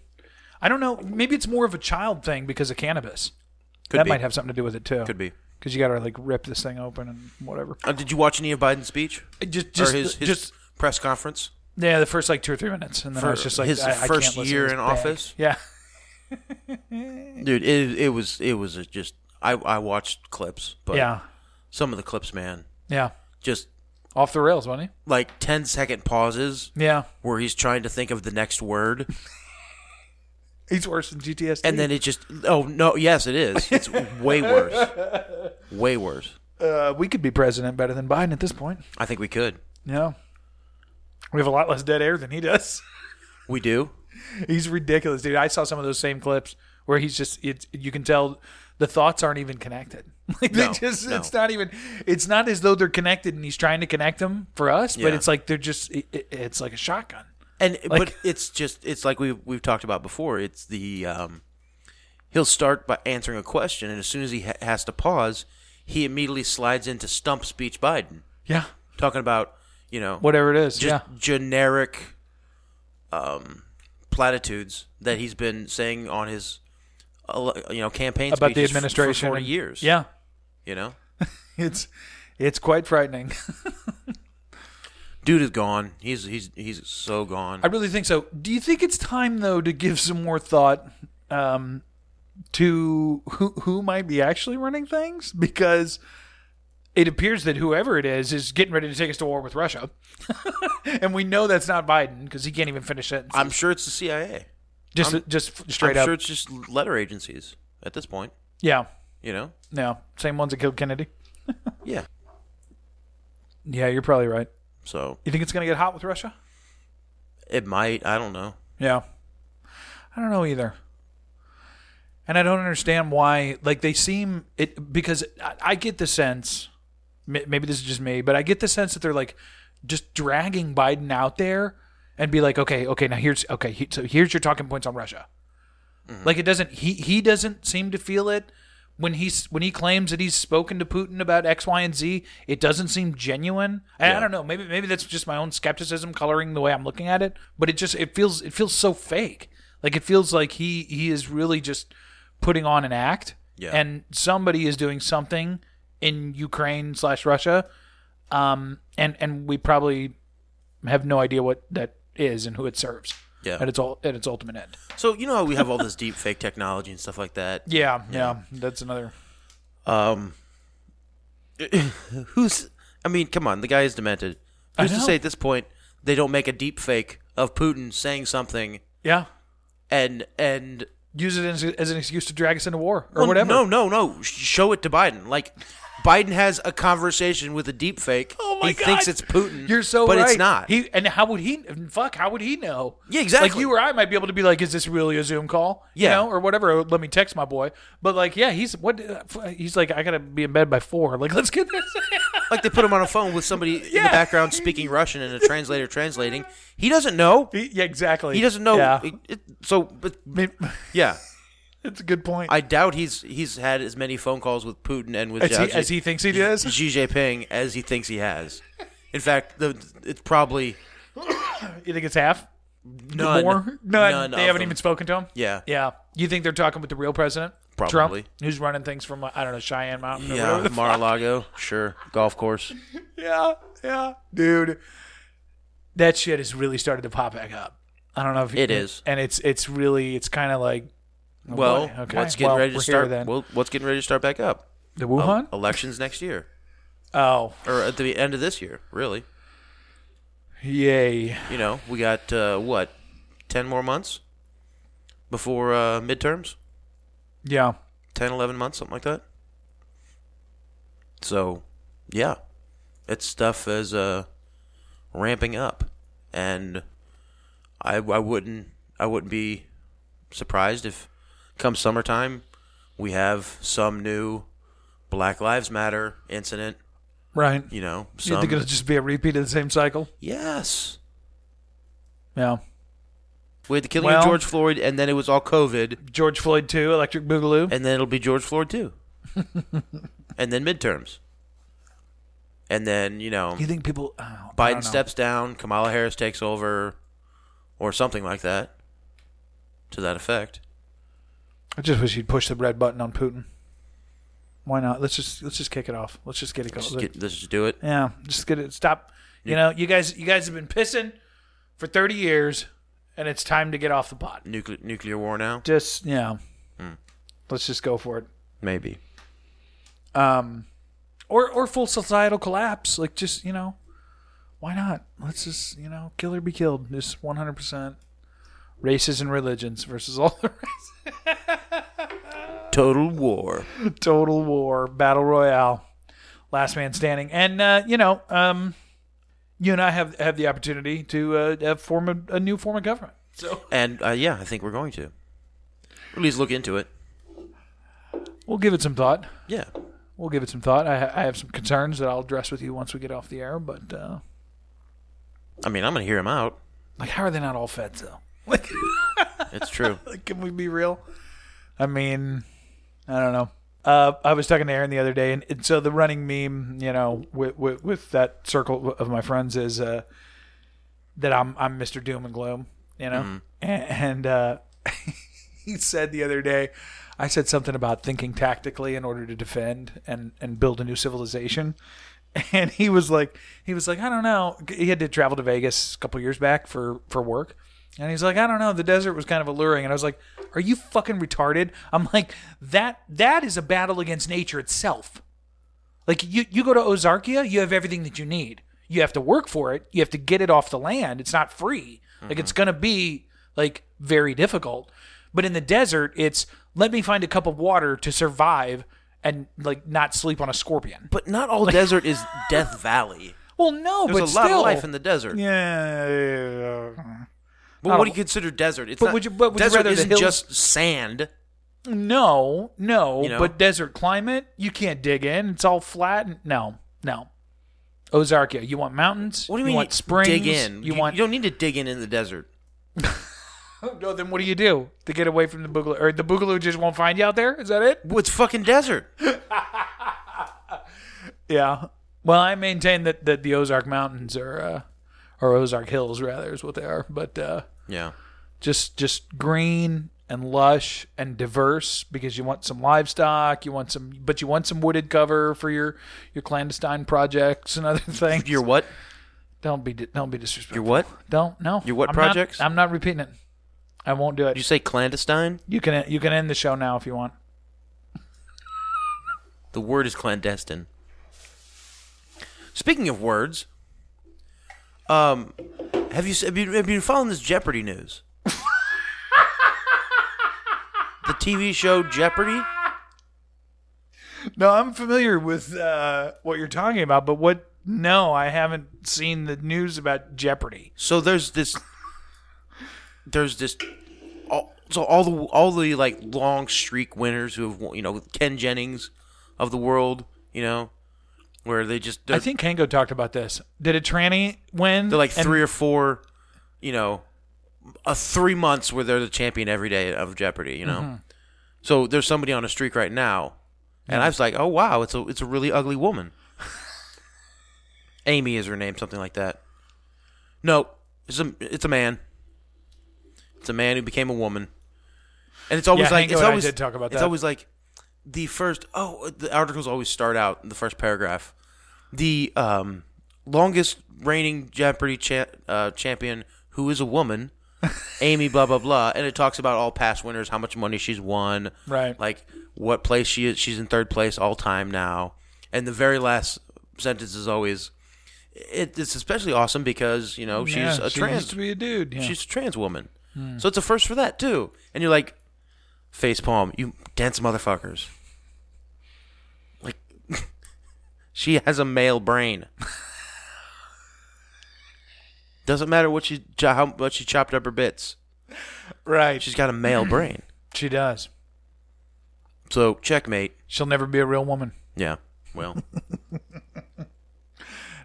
S2: I don't know. Maybe it's more of a child thing because of cannabis.
S1: Could
S2: that
S1: be.
S2: might have something to do with it too.
S1: Could be.
S2: Because you got to like rip this thing open and whatever.
S1: Uh, did you watch any of Biden's speech
S2: Just,
S1: or his, his
S2: just
S1: press conference?
S2: Yeah, the first like two or three minutes, and then I was just like,
S1: his
S2: I, I
S1: first
S2: can't listen to
S1: year
S2: this
S1: in
S2: bag.
S1: office?
S2: Yeah,
S1: Dude, it it was it was just I I watched clips, but
S2: yeah,
S1: some of the clips, man,
S2: yeah.
S1: just
S2: Off the rails, wasn't
S1: like 10 second pauses
S2: he? Yeah,
S1: where he's trying to think of the next word,
S2: he's worse than GTS.
S1: and then it just oh no, yes, it is. It's way worse, way worse.
S2: uh, we could be president better than Biden at this point.
S1: I think we could.
S2: Yeah, we have a lot less dead air than he does.
S1: We do.
S2: he's ridiculous, dude. I saw some of those same clips where he's just it's you can tell the thoughts aren't even connected. Like they
S1: No,
S2: just
S1: no.
S2: it's not even it's not as though they're connected and he's trying to connect them for us, but
S1: Yeah.
S2: it's like they're just it, it- it's like a shotgun.
S1: And but
S2: Like-
S1: it's just it's like we've we've talked about before. It's the um, he'll start by answering a question, and as soon as he ha- has to pause, he immediately slides into stump speech Biden,
S2: Yeah,
S1: talking about you know
S2: whatever it is.
S1: just
S2: yeah,
S1: generic um, platitudes that he's been saying on his ele- you know campaign
S2: about the
S1: speeches f-
S2: administration
S1: for forty
S2: and-
S1: years.
S2: Yeah,
S1: you know,
S2: it's it's quite frightening.
S1: dude is gone. He's he's he's so gone.
S2: I really think so. Do you think it's time though to give some more thought um, to who who might be actually running things because it appears that whoever it is is getting ready to take us to war with Russia, and we know that's not Biden because he can't even finish it.
S1: I'm sure it's the CIA.
S2: just just straight
S1: I'm
S2: up,
S1: sure it's just letter agencies at this point.
S2: yeah,
S1: You know.
S2: no, same ones that killed Kennedy.
S1: Yeah.
S2: Yeah, you're probably right.
S1: So
S2: You think it's gonna get hot with Russia?
S1: it might. I don't know.
S2: Yeah. I don't know either. And I don't understand why, like, they seem it because I, I get the sense, ma- maybe this is just me, but I get the sense that they're like just dragging Biden out there and be like, okay, okay, now here's okay, he, so here's your talking points on Russia.
S1: Mm-hmm.
S2: Like it doesn't he he doesn't seem to feel it when he's when he claims that he's spoken to Putin about X, Y, and Z. It doesn't seem genuine. And I don't know. Maybe maybe that's just my own skepticism coloring the way I'm looking at it. But it just it feels it feels so fake. Like it feels like he he is really just putting on an act.
S1: Yeah.
S2: And somebody is doing something in Ukraine slash Russia. Um. And and we probably have no idea what that is and who it serves.
S1: Yeah.
S2: At its all at its ultimate end.
S1: So you know how we have all this deep fake technology and stuff like that.
S2: Yeah, yeah, that's another.
S1: Um, who's? I mean, come on, the guy is demented.
S2: I
S1: Who's to
S2: know.
S1: say at this point they don't make a deep fake of Putin saying something
S2: Yeah,
S1: and and
S2: Use it as, as an excuse to drag us into war or
S1: Well,
S2: whatever.
S1: No, no, no. Sh- Show it to Biden. Like Biden has a conversation with a deep fake.
S2: Oh my
S1: he
S2: God.
S1: thinks it's Putin.
S2: You're so
S1: but it's
S2: right.
S1: not.
S2: He and how would he? Fuck, how would he know?
S1: Yeah, exactly.
S2: Like you or I might be able to be like, "Is this really a Zoom call?"
S1: Yeah.
S2: you know, or whatever. Or let me text my boy. But like, yeah, he's what? uh, He's like, I gotta be in bed by four. Like, let's get this.
S1: like they put him on a phone with somebody in the
S2: Yeah.
S1: background speaking Russian and a translator translating. He doesn't know.
S2: He- yeah, exactly.
S1: He doesn't know.
S2: Yeah.
S1: It- it- so, but
S2: I mean,
S1: yeah,
S2: it's a good point.
S1: I doubt he's he's had as many phone calls with Putin and with
S2: as,
S1: Xi,
S2: he, as he thinks he does.
S1: Xi Jinping as he thinks he has. In fact, the, it's probably
S2: You think it's half?
S1: none.
S2: More? None. they
S1: of
S2: haven't
S1: them.
S2: even spoken to him.
S1: Yeah.
S2: Yeah. You think they're talking with the real president?
S1: Probably.
S2: Trump, who's running things from uh, I don't know Cheyenne Mountain. or whatever
S1: Yeah,
S2: the fuck.
S1: Mar-a-Lago, sure, golf course.
S2: Yeah, yeah, dude. That shit has really started to pop back up. I don't know if
S1: It is.
S2: and it's it's really it's kind of like oh
S1: Well,
S2: boy. Okay.
S1: what's getting
S2: Well,
S1: ready to
S2: we're here
S1: start?
S2: then.
S1: Well, Oh, what's getting ready to start back up?
S2: the Wuhan.
S1: Elections next year,
S2: Oh,
S1: or at the end of this year, really.
S2: yay!
S1: You know, we got uh, what ten more months before uh, midterms,
S2: Yeah,
S1: 10, 11 months, something like that. So, yeah, it's stuff is uh, ramping up, and I I wouldn't I wouldn't be surprised if come summertime we have some new Black Lives Matter incident.
S2: right.
S1: You know,
S2: you
S1: some
S2: think it'll just be a repeat of the same cycle?
S1: yes.
S2: Yeah.
S1: We had the killing
S2: Well-
S1: of George Floyd, and then it was all COVID,
S2: George Floyd too. Electric Boogaloo.
S1: and then it'll be George Floyd too, and then midterms, and then you know
S2: you think people? Oh, I don't know.
S1: Biden steps down, Kamala Harris takes over, or something like that, to that effect.
S2: I just wish he'd push the red button on Putin. Why not? Let's just let's just kick it off. Let's just get it going.
S1: Just get, let's just do it.
S2: Yeah, just get it. Stop. You know, you guys, you guys have been pissing for thirty years, and it's time to get off the pot.
S1: Nuclear nuclear war now,
S2: Just yeah,
S1: Hmm.
S2: let's just go for it.
S1: maybe.
S2: Um, or or full societal collapse. Like just you know, why not? Let's just you know, kill or be killed. Just one hundred percent races and religions versus all the rest.
S1: Total war.
S2: Total war, battle royale, last man standing, and uh, you know, um, you and I have have the opportunity to uh, uh, form a, a new form of government.
S1: And uh, yeah, I think we're going to. At least look into it.
S2: We'll give it some thought.
S1: Yeah.
S2: We'll give it some thought. I, ha- I have some concerns that I'll address with you once we get off the air. But uh,
S1: I mean, I'm going to hear him out.
S2: like, how are they not all feds though? Like,
S1: It's true.
S2: like, can we be real? I mean, I don't know. Uh, I was talking to Aaron the other day, and, and so the running meme, you know, with, with with that circle of my friends is uh, that I'm I'm Mr. Doom and Gloom, you know. And, and uh, he said the other day, I said something about thinking tactically in order to defend and and build a new civilization. And he was like, he was like, I don't know. He had to travel to Vegas a couple years back for for work, and he's like, I don't know. The desert was kind of alluring, and I was like, Are you fucking retarded? I'm like, that that is a battle against nature itself. Like you, you go to Ozarkia, you have everything that you need. You have to work for it. You have to get it off the land. It's not free. Like it's gonna be like very difficult. But in the desert, it's let me find a cup of water to survive and like not sleep on a scorpion.
S1: But not all desert is Death Valley.
S2: Well, no,
S1: There's
S2: but
S1: a lot
S2: still,
S1: of life in the desert.
S2: yeah. yeah.
S1: But what do you consider desert? It's
S2: Oh. But
S1: not,
S2: would you- but would you
S1: desert
S2: rather the
S1: isn't
S2: hills-
S1: just sand.
S2: No, no,
S1: You know?
S2: but desert climate, you can't dig in. It's all flat. And, no, no. Ozarkia, you want mountains?
S1: What do you, mean?
S2: want springs?
S1: Dig in.
S2: You, want? Oh,
S1: You don't need to dig in in the desert.
S2: no, then what do you do to get away from the boogaloo? Or the boogaloo just won't find you out there? Is that it?
S1: Well, it's fucking desert.
S2: Yeah. Well, I maintain that, that the Ozark Mountains are, uh, or Ozark Hills rather, is what they are. But uh,
S1: Yeah.
S2: just just green and lush and diverse because you want some livestock, you want some, but you want some wooded cover for your your clandestine projects and other things.
S1: Your what?
S2: Don't be di- don't be disrespectful.
S1: Your what?
S2: Don't no.
S1: Your what
S2: I'm not-
S1: projects?
S2: I'm not repeating it. I won't do it.
S1: Did you say clandestine?
S2: you can you can end the show now if you want.
S1: The word is clandestine. Speaking of words, um, have you s- have you, have you been following this Jeopardy news? TV show Jeopardy?
S2: No, I'm familiar with uh, what you're talking about, but what? No, I haven't seen the news about Jeopardy.
S1: So there's this, there's this, all, so all the all the like long streak winners who have won, you know Ken Jennings of the world, you know, where they just they're,
S2: I think Kango talked about this. Did a tranny win?
S1: they're like
S2: And-
S1: three or four, you know, a three months where they're the champion every day of Jeopardy, you know.
S2: Mm-hmm.
S1: So there's somebody on a streak right now, and I was like, oh wow, it's a it's a really ugly woman. Amy is her name, something like that. No, it's a it's a man. It's a man who became a woman, and it's always
S2: Yeah,
S1: like
S2: Hank
S1: it's
S2: and I
S1: always
S2: did talk about
S1: It's
S2: that.
S1: always like the first. Oh, the articles always start out in the first paragraph. The um, longest reigning Jeopardy cha- uh, champion who is a woman, Amy blah blah blah, and it talks about all past winners, how much money she's won,
S2: Right.
S1: Like what place she is. She's in third place all time now, and the very last sentence is always. It, it's especially awesome because you know she's
S2: Yeah,
S1: a
S2: she
S1: trans
S2: used to be a dude. Yeah.
S1: She's a trans woman. So it's a first for that too. And you're like, face palm, you dense motherfuckers. Like she has a male brain. Doesn't matter what she cho- how much she chopped up her bits.
S2: right.
S1: She's got a male brain.
S2: she does.
S1: So checkmate.
S2: She'll never be a real woman.
S1: Yeah. Well,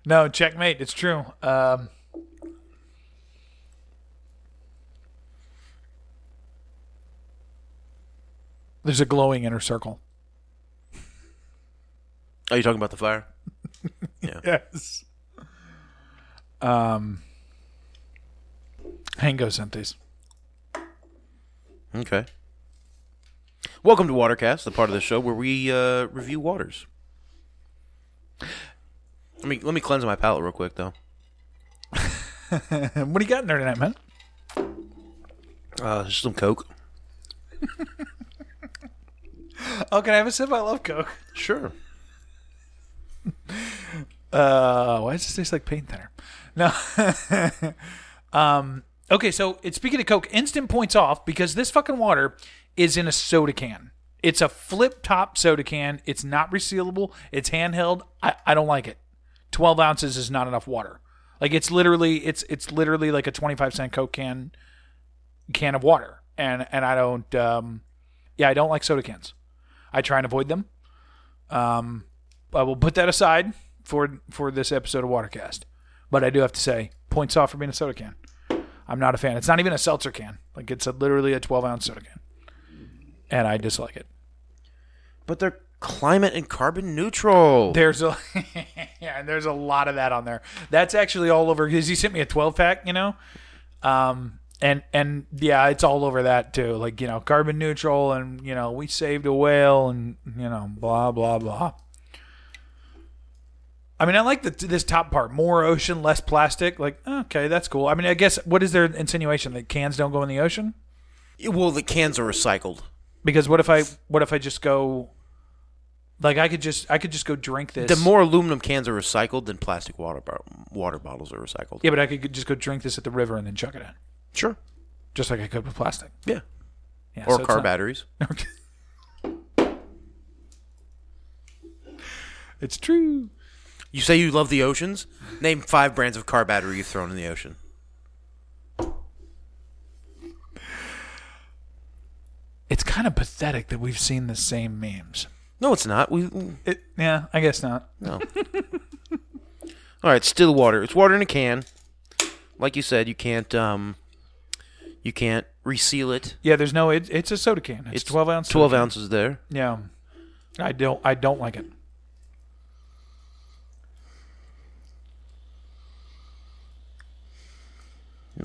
S2: No, checkmate. It's true. Um, there's a glowing inner circle.
S1: are you talking about the fire?
S2: Yes. Um, Hango sent these.
S1: Okay. Welcome to Watercast, the part of the show where we uh, review waters. Let me let me cleanse my palate real quick though.
S2: What do you got in there tonight, man?
S1: Uh, just some Coke.
S2: Oh, can I have a sip? I love Coke.
S1: Sure.
S2: Uh, why does this taste like paint thinner? No. um. Okay, so it's speaking of Coke, instant points off because this fucking water is in a soda can. It's a flip top soda can. It's not resealable. It's handheld. I, I don't like it. Twelve ounces is not enough water. Like it's literally it's it's literally like a twenty five cent Coke can can of water. And and I don't um yeah, I don't like soda cans. I try and avoid them. I will put that aside for for this episode of Watercast. But I do have to say, points off for being a soda can. I'm not a fan. It's not even a seltzer can. Like it's a, literally a 12 ounce soda can, and I dislike it.
S1: But they're climate and carbon neutral.
S2: There's a yeah, and there's a lot of that on there. That's actually all over because he sent me a 12 pack, you know. Um and and yeah, it's all over that too. Like you know, carbon neutral, and you know, we saved a whale, and you know, blah blah blah. I mean, I like the, this top part: more ocean, less plastic. Like, okay, that's cool. I mean, I guess what is their insinuation that cans don't go in the ocean?
S1: well, the cans are recycled.
S2: Because what if I what if I just go, like I could just I could just go drink this.
S1: The more aluminum cans are recycled than plastic water bo- water bottles are recycled.
S2: Yeah, but I could just go drink this at the river and then chuck it in,
S1: Sure.
S2: just like I could with plastic.
S1: Yeah.
S2: Yeah,
S1: Or
S2: so it's
S1: car
S2: not-
S1: batteries.
S2: it's true.
S1: You say you love the oceans? Name five brands of car battery you've thrown in the ocean.
S2: It's kind of pathetic that we've seen the same memes.
S1: No, it's not. We all
S2: It, yeah, I guess not.
S1: right. Still water. It's water in a can. Like you said, you can't um, you can't reseal it.
S2: Yeah, there's no. It, it's a soda can. It's, twelve ounce. soda
S1: Twelve
S2: can.
S1: ounces there.
S2: Yeah, I don't. I don't like it.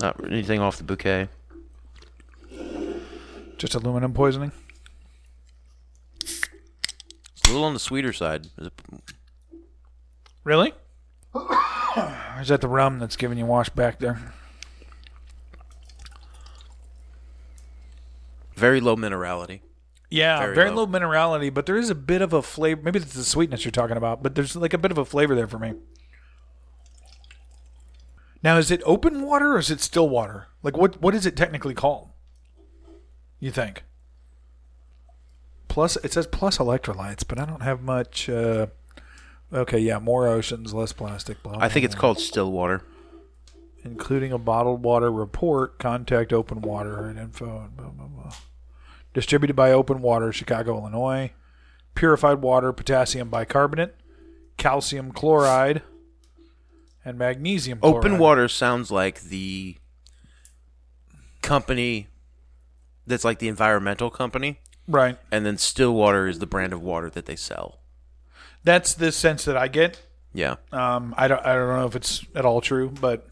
S1: Not anything off the bouquet.
S2: Just aluminum poisoning.
S1: It's a little on the sweeter side. Is it-
S2: Really? or is that the rum that's giving you wash back there?
S1: Very low minerality.
S2: Yeah, very,
S1: Very
S2: low.
S1: low.
S2: minerality, but there is a bit of a flavor. Maybe it's the sweetness you're talking about, but there's like a bit of a flavor there for me. Now, is it open water or is it still water? Like, what what is it technically called? You think? plus. It says plus electrolytes, but I don't have much. Uh, okay, yeah, more oceans, less plastic. Blah,
S1: I think it's called still water.
S2: including a bottled water report. Contact Open Water and info. And blah, blah, blah. Distributed by Open Water, Chicago, Illinois. Purified water, potassium bicarbonate, calcium chloride, and magnesium.
S1: Open
S2: chloride.
S1: Water sounds like the company that's like the environmental company,
S2: right?
S1: and then Stillwater is the brand of water that they sell.
S2: That's the sense that I get.
S1: Yeah.
S2: Um, I don't, I don't know if it's at all true, but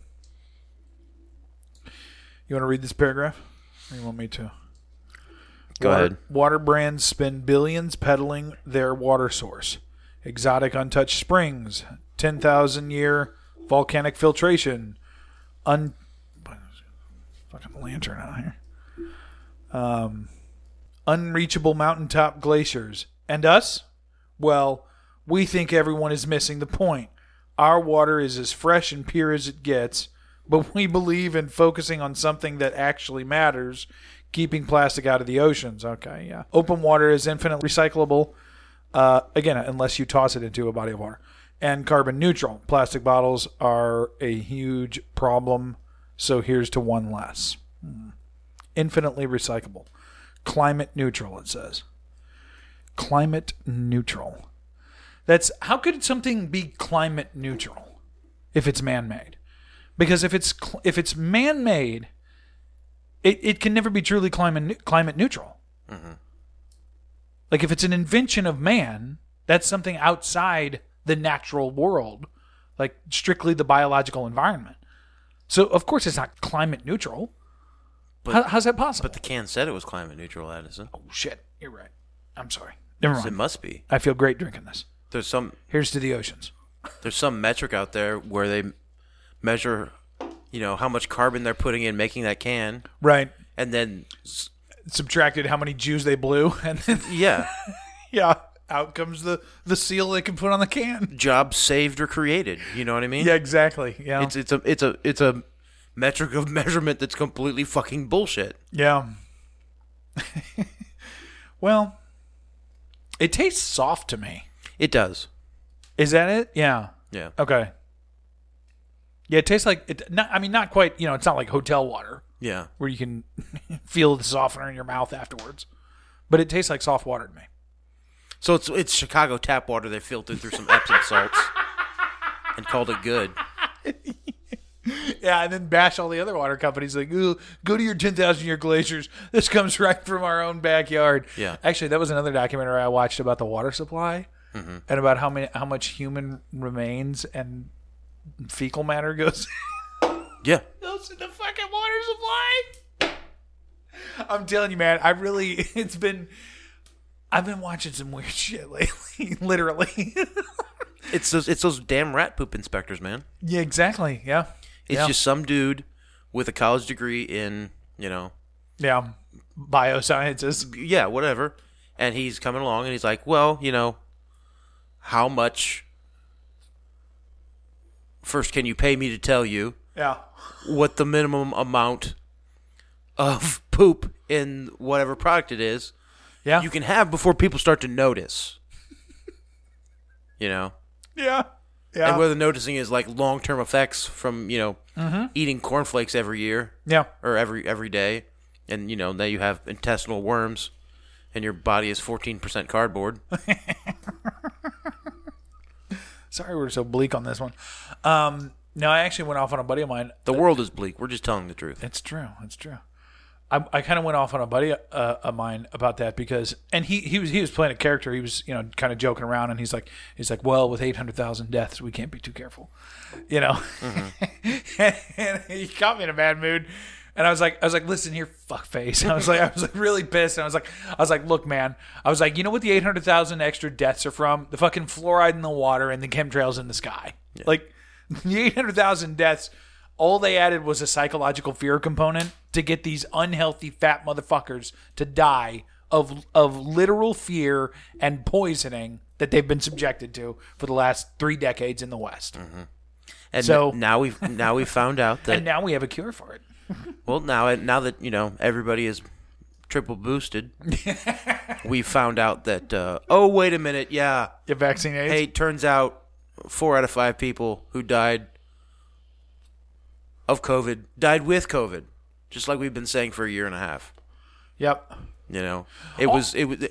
S2: you want to read this paragraph? Or you want me to?
S1: Go
S2: water,
S1: ahead.
S2: Water brands spend billions peddling their water source. Exotic untouched springs, 10,000 year volcanic filtration, un. Fucking lantern out here. Um, unreachable mountaintop glaciers. And us? Well, we think everyone is missing the point. Our water is as fresh and pure as it gets, but we believe in focusing on something that actually matters keeping plastic out of the oceans. Okay, yeah. Open water is infinitely recyclable, uh, again, unless you toss it into a body of water, and carbon neutral. Plastic bottles are a huge problem, so here's to one less. Hmm. Infinitely recyclable. Climate neutral, it says. Climate neutral. That's how could something be climate neutral if it's man-made? Because if it's cl- if it's man-made, it, it can never be truly climate neu- climate neutral.
S1: Mm-hmm.
S2: Like if it's an invention of man, that's something outside the natural world, like strictly the biological environment. So of course it's not climate neutral.
S1: But-
S2: How, how's that possible?
S1: But the can said it was climate neutral, Addison.
S2: oh shit, you're right. I'm sorry. Never
S1: It
S2: mind.
S1: must be.
S2: I feel great drinking this.
S1: There's some
S2: Here's to the oceans.
S1: there's some metric out there where they measure, you know, how much carbon they're putting in making that can,
S2: Right.
S1: and then s-
S2: Subtracted how many Jews they blew, and then
S1: yeah,
S2: yeah, out comes the the seal they can put on the can.
S1: jobs saved or created. You know what I mean?
S2: Yeah, exactly. Yeah,
S1: It's it's a it's a it's a metric of measurement that's completely fucking bullshit.
S2: Yeah. well, it tastes soft to me.
S1: It does.
S2: Is that it? Yeah.
S1: Yeah.
S2: Okay. Yeah, it tastes like it. Not, I mean, not quite. You know, it's not like hotel water
S1: Yeah.
S2: where you can feel the softener in your mouth afterwards, but it tastes like soft water to me.
S1: So it's it's Chicago tap water they filtered through some Epsom salts and called it good.
S2: Yeah, and then bash all the other water companies like, ooh, go to your 10,000 year glaciers. This comes right from our own backyard.
S1: Yeah.
S2: Actually, that was another documentary I watched about the water supply
S1: Mm-hmm.
S2: and about how many how much human remains and fecal matter goes,
S1: Yeah.
S2: goes in the fucking water supply. I'm telling you, man, I really, it's been, I've been watching some weird shit lately, literally.
S1: It's those it's those damn rat poop inspectors, man.
S2: yeah, exactly. Yeah.
S1: It's
S2: Yeah.
S1: just some dude with a college degree in, you know,
S2: Yeah. Biosciences.
S1: yeah, whatever. And he's coming along and he's like, well, you know, how much first can you pay me to tell you
S2: Yeah.
S1: what the minimum amount of poop in whatever product it is
S2: Yeah.
S1: you can have before people start to notice? You know?
S2: yeah. Yeah.
S1: and whether noticing is like long term effects from, you know,
S2: Mm-hmm.
S1: eating cornflakes every year
S2: yeah.
S1: or every every day, and you know now you have intestinal worms, and your body is fourteen percent cardboard.
S2: Sorry, we're so bleak on this one. Um, no, I actually went off on a buddy of mine.
S1: The world is bleak. We're just telling the truth.
S2: It's true. It's true. I, I kind of went off on a buddy uh, of mine about that because, and he, he was he was playing a character. He was you know kind of joking around, and he's like he's like, well, with eight hundred thousand deaths, we can't be too careful, you know. and he caught me in a bad mood, and I was like I was like, listen here, fuckface. And I was like I was like really pissed, and I was like I was like, look, man, I was like, you know what the eight hundred thousand extra deaths are from? The fucking fluoride in the water and the chemtrails in the sky. Like the eight hundred thousand deaths all they added was a psychological fear component to get these unhealthy fat motherfuckers to die of of literal fear and poisoning that they've been subjected to for the last three decades in the West.
S1: And
S2: So-
S1: so now we've now we found out that
S2: And now we have a cure for it.
S1: well now now that you know everybody is triple boosted, we found out that uh, oh wait a minute, yeah,
S2: Get vaccine AIDS.
S1: hey, turns out four out of five people who died of COVID died with COVID, just like we've been saying for a year and a half.
S2: Yep.
S1: You know,
S2: Oh.
S1: it was it was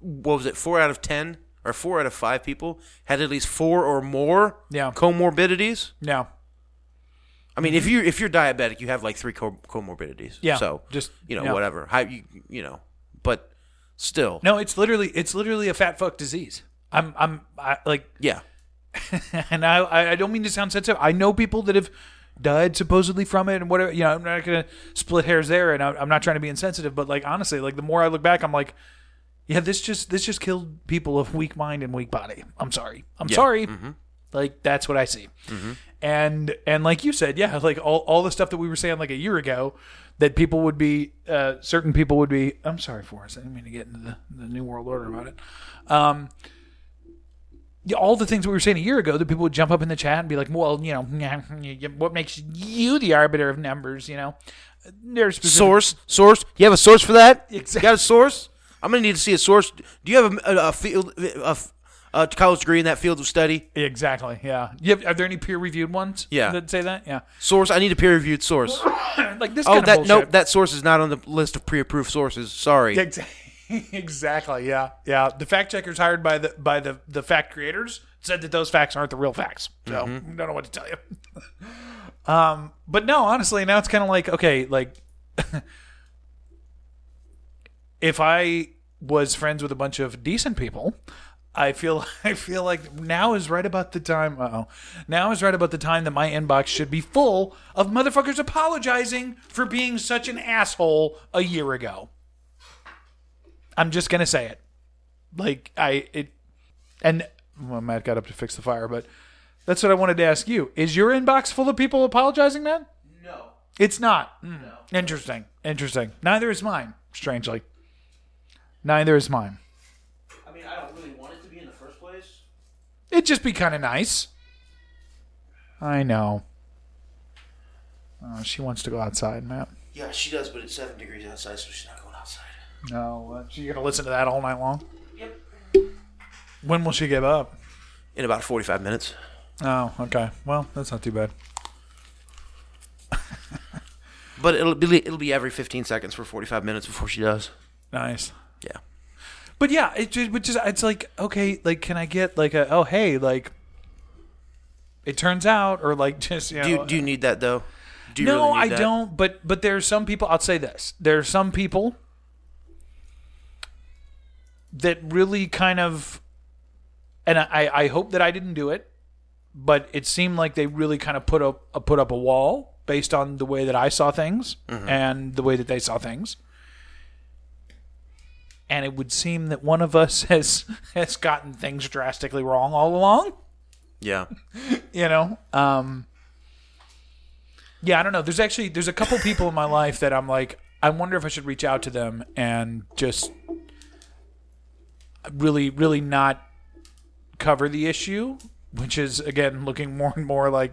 S1: what was it? Four out of ten or four out of five people had at least four or more
S2: Yeah.
S1: comorbidities.
S2: Now,
S1: I mean, if you if you're diabetic, you have like three co- comorbidities.
S2: Mm-hmm. Yeah,
S1: So
S2: just-
S1: you know
S2: yeah.
S1: whatever. How you you know, but still
S2: no, it's literally it's literally a fat fuck disease. I'm I'm I, like,
S1: yeah.
S2: and I- I I don't mean to sound sensitive. I know people that have died supposedly from it and whatever. You know, I'm not gonna split hairs there, and I'm, I'm not trying to be insensitive, but like honestly, like the more I look back, I'm like, yeah, this just this just killed people of weak mind and weak body. I'm sorry. I'm sorry. Like that's what I see. And and like you said, yeah, like all, all the stuff that we were saying like a year ago that people would be uh, certain people would be I'm sorry for us. I didn't mean to get into the, the new world order about it. Um yeah, all the things we were saying a year ago that people would jump up in the chat and be like, well, you know, what makes you the arbiter of numbers, you know? There's specific-
S1: Source source. You have a source for that?
S2: Exact-
S1: You got a source? I'm gonna need to see a source. Do you have a, a, a field a, f- a college degree in that field of study?
S2: Exactly. Yeah. You have, are there any peer reviewed ones?
S1: Yeah.
S2: That say that? Yeah.
S1: Source. I need a peer reviewed source.
S2: Like this.
S1: oh,
S2: kind of
S1: that nope.
S2: bullshit.
S1: That source is not on the list of pre-approved sources. Sorry.
S2: Ex- exactly. Yeah. Yeah. The fact checkers hired by the by the the fact creators said that those facts aren't the real facts. So don't know what to tell you. um. But no, honestly, now it's kind of like okay, like if I was friends with a bunch of decent people. I feel I feel like now is right about the time. Uh oh, now is right about the time that my inbox should be full of motherfuckers apologizing for being such an asshole a year ago. I'm just gonna say it. Like I it, and well, Matt got up to fix the fire, but that's what I wanted to ask you. Is your inbox full of people apologizing, man? No, it's not. Mm. Interesting, interesting. Neither is mine. Strangely, neither is mine.
S1: I mean, I don't really want it to be in the first place.
S2: It'd just be kind of nice. I know. Oh, she wants to go outside, Matt.
S1: Yeah, she does, but it's seven degrees outside, so she's not going outside.
S2: No, uh, she's gonna listen to that all night long. Yep. When will she give up?
S1: In about forty-five minutes.
S2: Oh, okay. Well, that's not too bad.
S1: But it'll be it'll be every 15 seconds for 45 minutes before she does.
S2: Nice.
S1: Yeah.
S2: But yeah, it just, but just it's like okay, like can I get like a oh hey like it turns out or like just you know
S1: Do you, do you need that though? Do you
S2: no
S1: really need
S2: I
S1: that?
S2: don't but but there are some people I'll say this there are some people that really kind of and I I hope that I didn't do it but it seemed like they really kind of put up uh, put up a wall based on the way that I saw things
S1: Mm-hmm.
S2: and the way that they saw things. And it would seem that one of us has has gotten things drastically wrong all along.
S1: Yeah.
S2: You know, um, yeah, I don't know. There's actually there's a couple people in my life that I'm like, I wonder if I should reach out to them and just really, really not cover the issue, which is again looking more and more like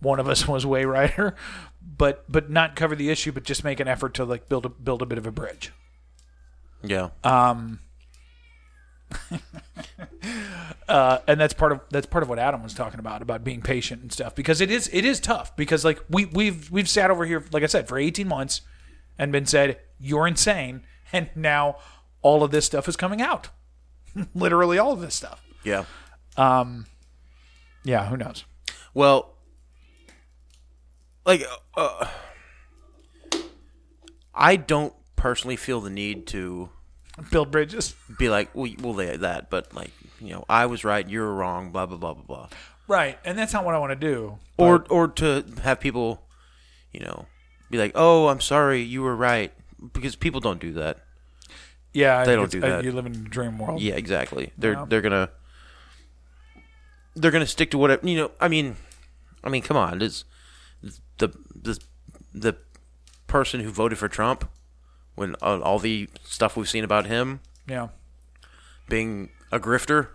S2: one of us was way rider, but but not cover the issue, but just make an effort to like build a build a bit of a bridge.
S1: Yeah.
S2: Uh, and that's part of that's part of what Adam was talking about about being patient and stuff because it is it is tough because like we we've we've sat over here like I said for 18 months and been said you're insane and now all of this stuff is coming out. Literally all of this stuff.
S1: yeah.
S2: Yeah, who knows.
S1: Well, like, uh, I don't personally feel the need to
S2: Build bridges.
S1: be like, well, you- well, they that, but like, you know, I was right, you were wrong, blah blah blah blah blah,
S2: Right. And that's not what I want to do.
S1: or or to have people, you know, be like, oh, I'm sorry, you were right, because people don't do that.
S2: Yeah, I
S1: They
S2: think
S1: don't
S2: it's-
S1: do
S2: uh,
S1: that.
S2: You live in a dream world.
S1: Yeah, exactly. They're they're gonna they're gonna stick to whatever you know. I mean, I mean, come on, it's the the the person who voted for Trump when uh, all the stuff we've seen about him
S2: Yeah.
S1: being a grifter.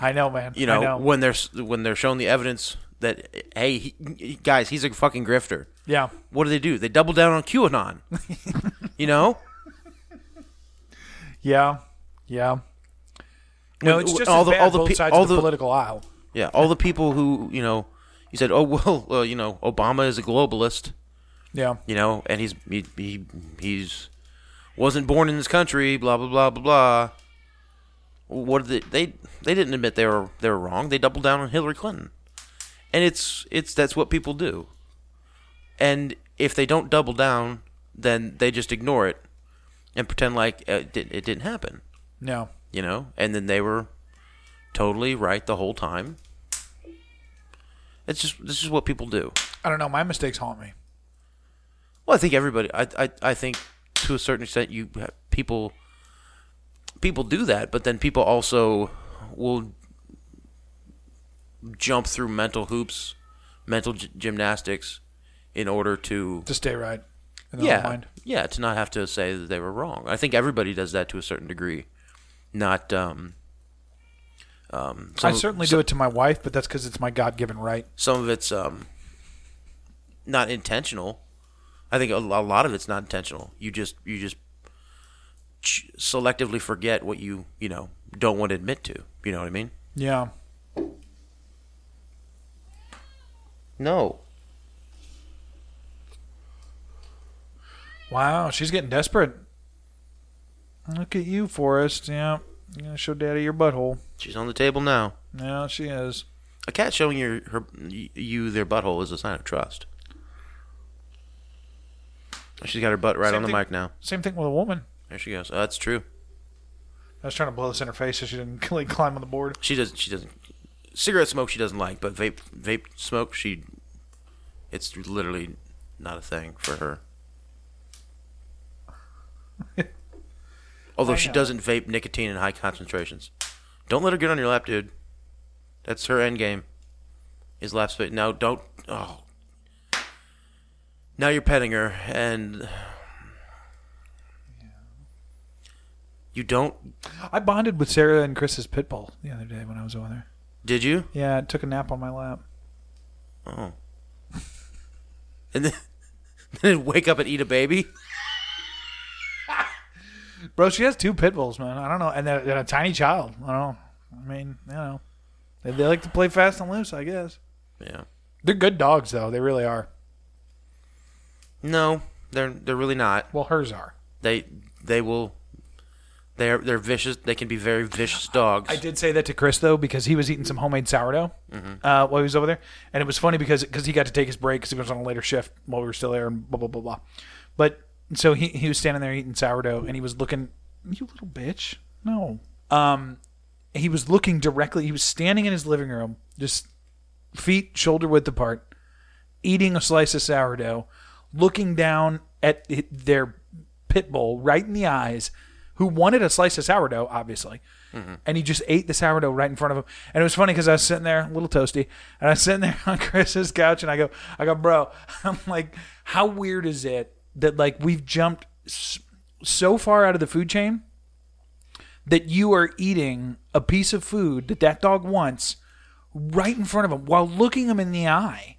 S2: I know, man.
S1: You
S2: I
S1: know,
S2: know.
S1: when they're s- when they're shown the evidence that hey, he, he- guys, he's a fucking grifter.
S2: Yeah.
S1: What do they do? They double down on QAnon. you know,
S2: Yeah. Yeah. No,
S1: When-
S2: it's
S1: when
S2: just
S1: all
S2: all
S1: the-
S2: the,
S1: all the
S2: both
S1: pe-
S2: sides
S1: all
S2: of the,
S1: the-
S2: political aisle.
S1: yeah, all the people who you know, you said, oh well, well, you know, Obama is a globalist.
S2: Yeah.
S1: you know, and he's he, he he's wasn't born in this country, blah blah blah blah blah. What did they, they they didn't admit they were they were wrong. They doubled down on Hillary Clinton, and it's it's that's what people do. And if they don't double down, then they just ignore it and pretend like it, did, it didn't happen,
S2: No.
S1: you know. And then they were totally right the whole time. It's just this is what people do.
S2: I don't know. My mistakes haunt me.
S1: Well, I think everybody. I I, I think to a certain extent, you ha- people people do that, but then people also will jump through mental hoops, mental g- gymnastics, in order to
S2: To stay right. In their own
S1: yeah
S2: mind.
S1: yeah to not have to say that they were wrong. I think everybody does that to a certain degree. Not um um some
S2: I
S1: of-
S2: certainly do it to my wife, but that's because it's my God given right.
S1: some of it's um not intentional i think a, lo- a lot of it's not intentional you just you just ch- selectively forget what you you know don't want to admit to you know what i mean
S2: Yeah.
S1: no
S2: Wow, she's getting desperate. Look at you, Forrest. Yeah. You're gonna show Daddy your butthole.
S1: she's on the table now
S2: Yeah, she is.
S1: a cat showing your her y- you their butthole is a sign of trust she's got her butt right
S2: Same
S1: on the
S2: thing-
S1: mic now
S2: Same thing with a woman.
S1: there she goes oh, that's true
S2: I was trying to blow this in her face so she didn't like climb on the board.
S1: she doesn't she doesn't cigarette smoke she doesn't like but vape vape smoke she it's literally not a thing for her although she doesn't vape nicotine in high concentrations don't let her get on your lap dude that's her end game is lap space now don't oh now you're petting her and you don't
S2: I bonded with Sarah and Chris's pit bull the other day when I was over there.
S1: did you
S2: Yeah, it took a nap on my lap.
S1: Oh. And then, then it'd wake up and eat a baby?
S2: Bro, she has two pit bulls, man. I don't know, and they're, they're a tiny child. I don't. know. I mean, you know, they, they like to play fast and loose, I guess.
S1: Yeah.
S2: They're good dogs, though. They really are.
S1: No, they're they're really not.
S2: Well, hers are.
S1: They they will they're they're vicious. They can be very vicious dogs.
S2: I did say that to Chris though because he was eating some homemade sourdough uh, while he was over there, and it was funny because because he got to take his break because he was on a later shift while we were still there and blah blah blah blah. But so he he was standing there eating sourdough and he was looking, you little bitch, no. Um, he was looking directly. He was standing in his living room, just feet shoulder width apart, eating a slice of sourdough, looking down at hi- their pit bull right in the eyes, who wanted a slice of sourdough, obviously. And he just ate the sourdough right in front of him. And it was funny because I was sitting there, a little toasty, and I was sitting there on Chris's couch and I go, I go, bro, I'm like, how weird is it that like we've jumped s- so far out of the food chain that you are eating a piece of food that that dog wants right in front of him while looking him in the eye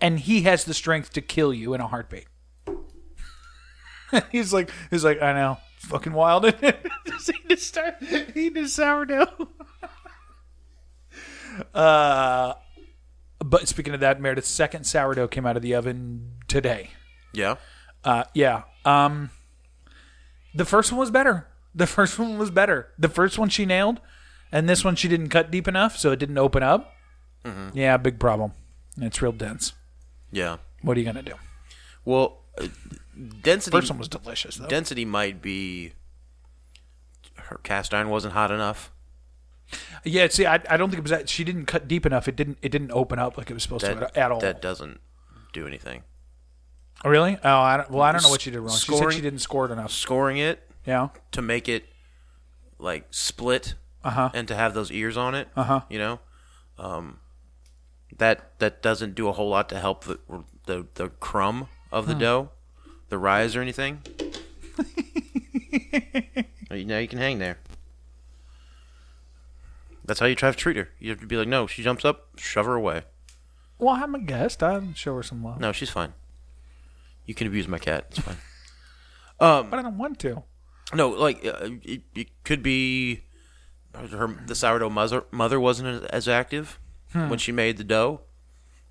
S2: and he has the strength to kill you in a heartbeat he's like he's like i know fucking wild just eat his, star- eat his sourdough uh but speaking of that meredith's second sourdough came out of the oven today
S1: yeah.
S2: uh, yeah. Um, the first one was better. The first one was better. The first one she nailed, and this one she didn't cut deep enough, so it didn't open up. Yeah, big problem. It's real dense.
S1: Yeah.
S2: What are you gonna do?
S1: Well, uh, density
S2: First one was delicious though.
S1: density might be her cast iron wasn't hot enough.
S2: yeah. See, I, I don't think it was that she didn't cut deep enough. It didn't it didn't open up like it was supposed
S1: That
S2: to at, at all.
S1: that doesn't do anything.
S2: Oh, really? Oh, I don't, well, I don't know what she did wrong. She
S1: Scoring-
S2: said she didn't score it enough.
S1: Scoring it
S2: Yeah.
S1: to make it like split and to have those ears on it you know um, that that doesn't do a whole lot to help the the, the crumb of the dough the rise or anything Now you- now you can hang there that's how you try to treat her you have to be like no she jumps up shove her away
S2: Well, I'm a guest. I'll show her some love.
S1: No, she's fine. You can abuse my cat. It's fine.
S2: But I don't want to.
S1: No, like uh, it, it could be her. The sourdough mother mother wasn't as active when she made the dough.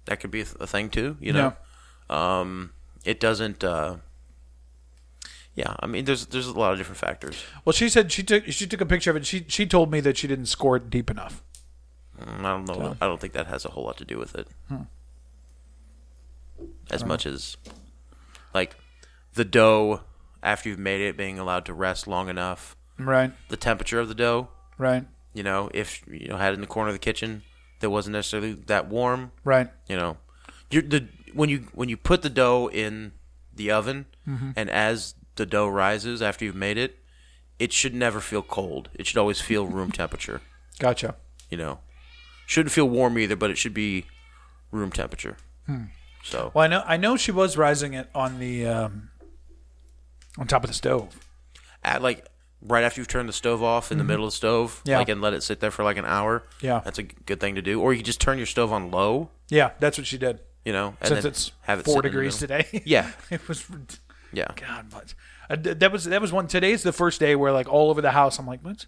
S1: That could be a, th- a thing too. You know, um, it doesn't. Uh, yeah, I mean, there's there's a lot of different factors.
S2: Well, she said she took she took a picture of it. She she told me that she didn't score it deep enough.
S1: And Mm, I don't know. I don't think that has a whole lot to do with it. As much as like the dough after you've made it being allowed to rest long enough,
S2: Right.
S1: the temperature of the dough
S2: Right.
S1: you know, if you know had it in the corner of the kitchen that wasn't necessarily that warm,
S2: Right.
S1: you know, you the when you when you put the dough in the oven
S2: Mm-hmm.
S1: and as the dough rises after you've made it, it should never feel cold. It should always feel room temperature,
S2: Gotcha.
S1: you know. Shouldn't feel warm either, but it should be room temperature.
S2: Hmm.
S1: So
S2: Well, I know I know she was rising it on the um, on top of the stove.
S1: at like right after you've turned the stove off in the middle of the stove,
S2: Mm-hmm. Yeah.
S1: like and let it sit there for like an hour.
S2: Yeah.
S1: That's a good thing to do. Or you could just turn your stove on low.
S2: Yeah, that's what she did.
S1: you know, and
S2: Since
S1: then
S2: it's
S1: have it
S2: four
S1: sit in the
S2: degrees
S1: middle.
S2: today.
S1: Yeah.
S2: it was.
S1: Yeah,
S2: God, but uh, th- that was that was one. Today's the first day where like all over the house, I'm like, what's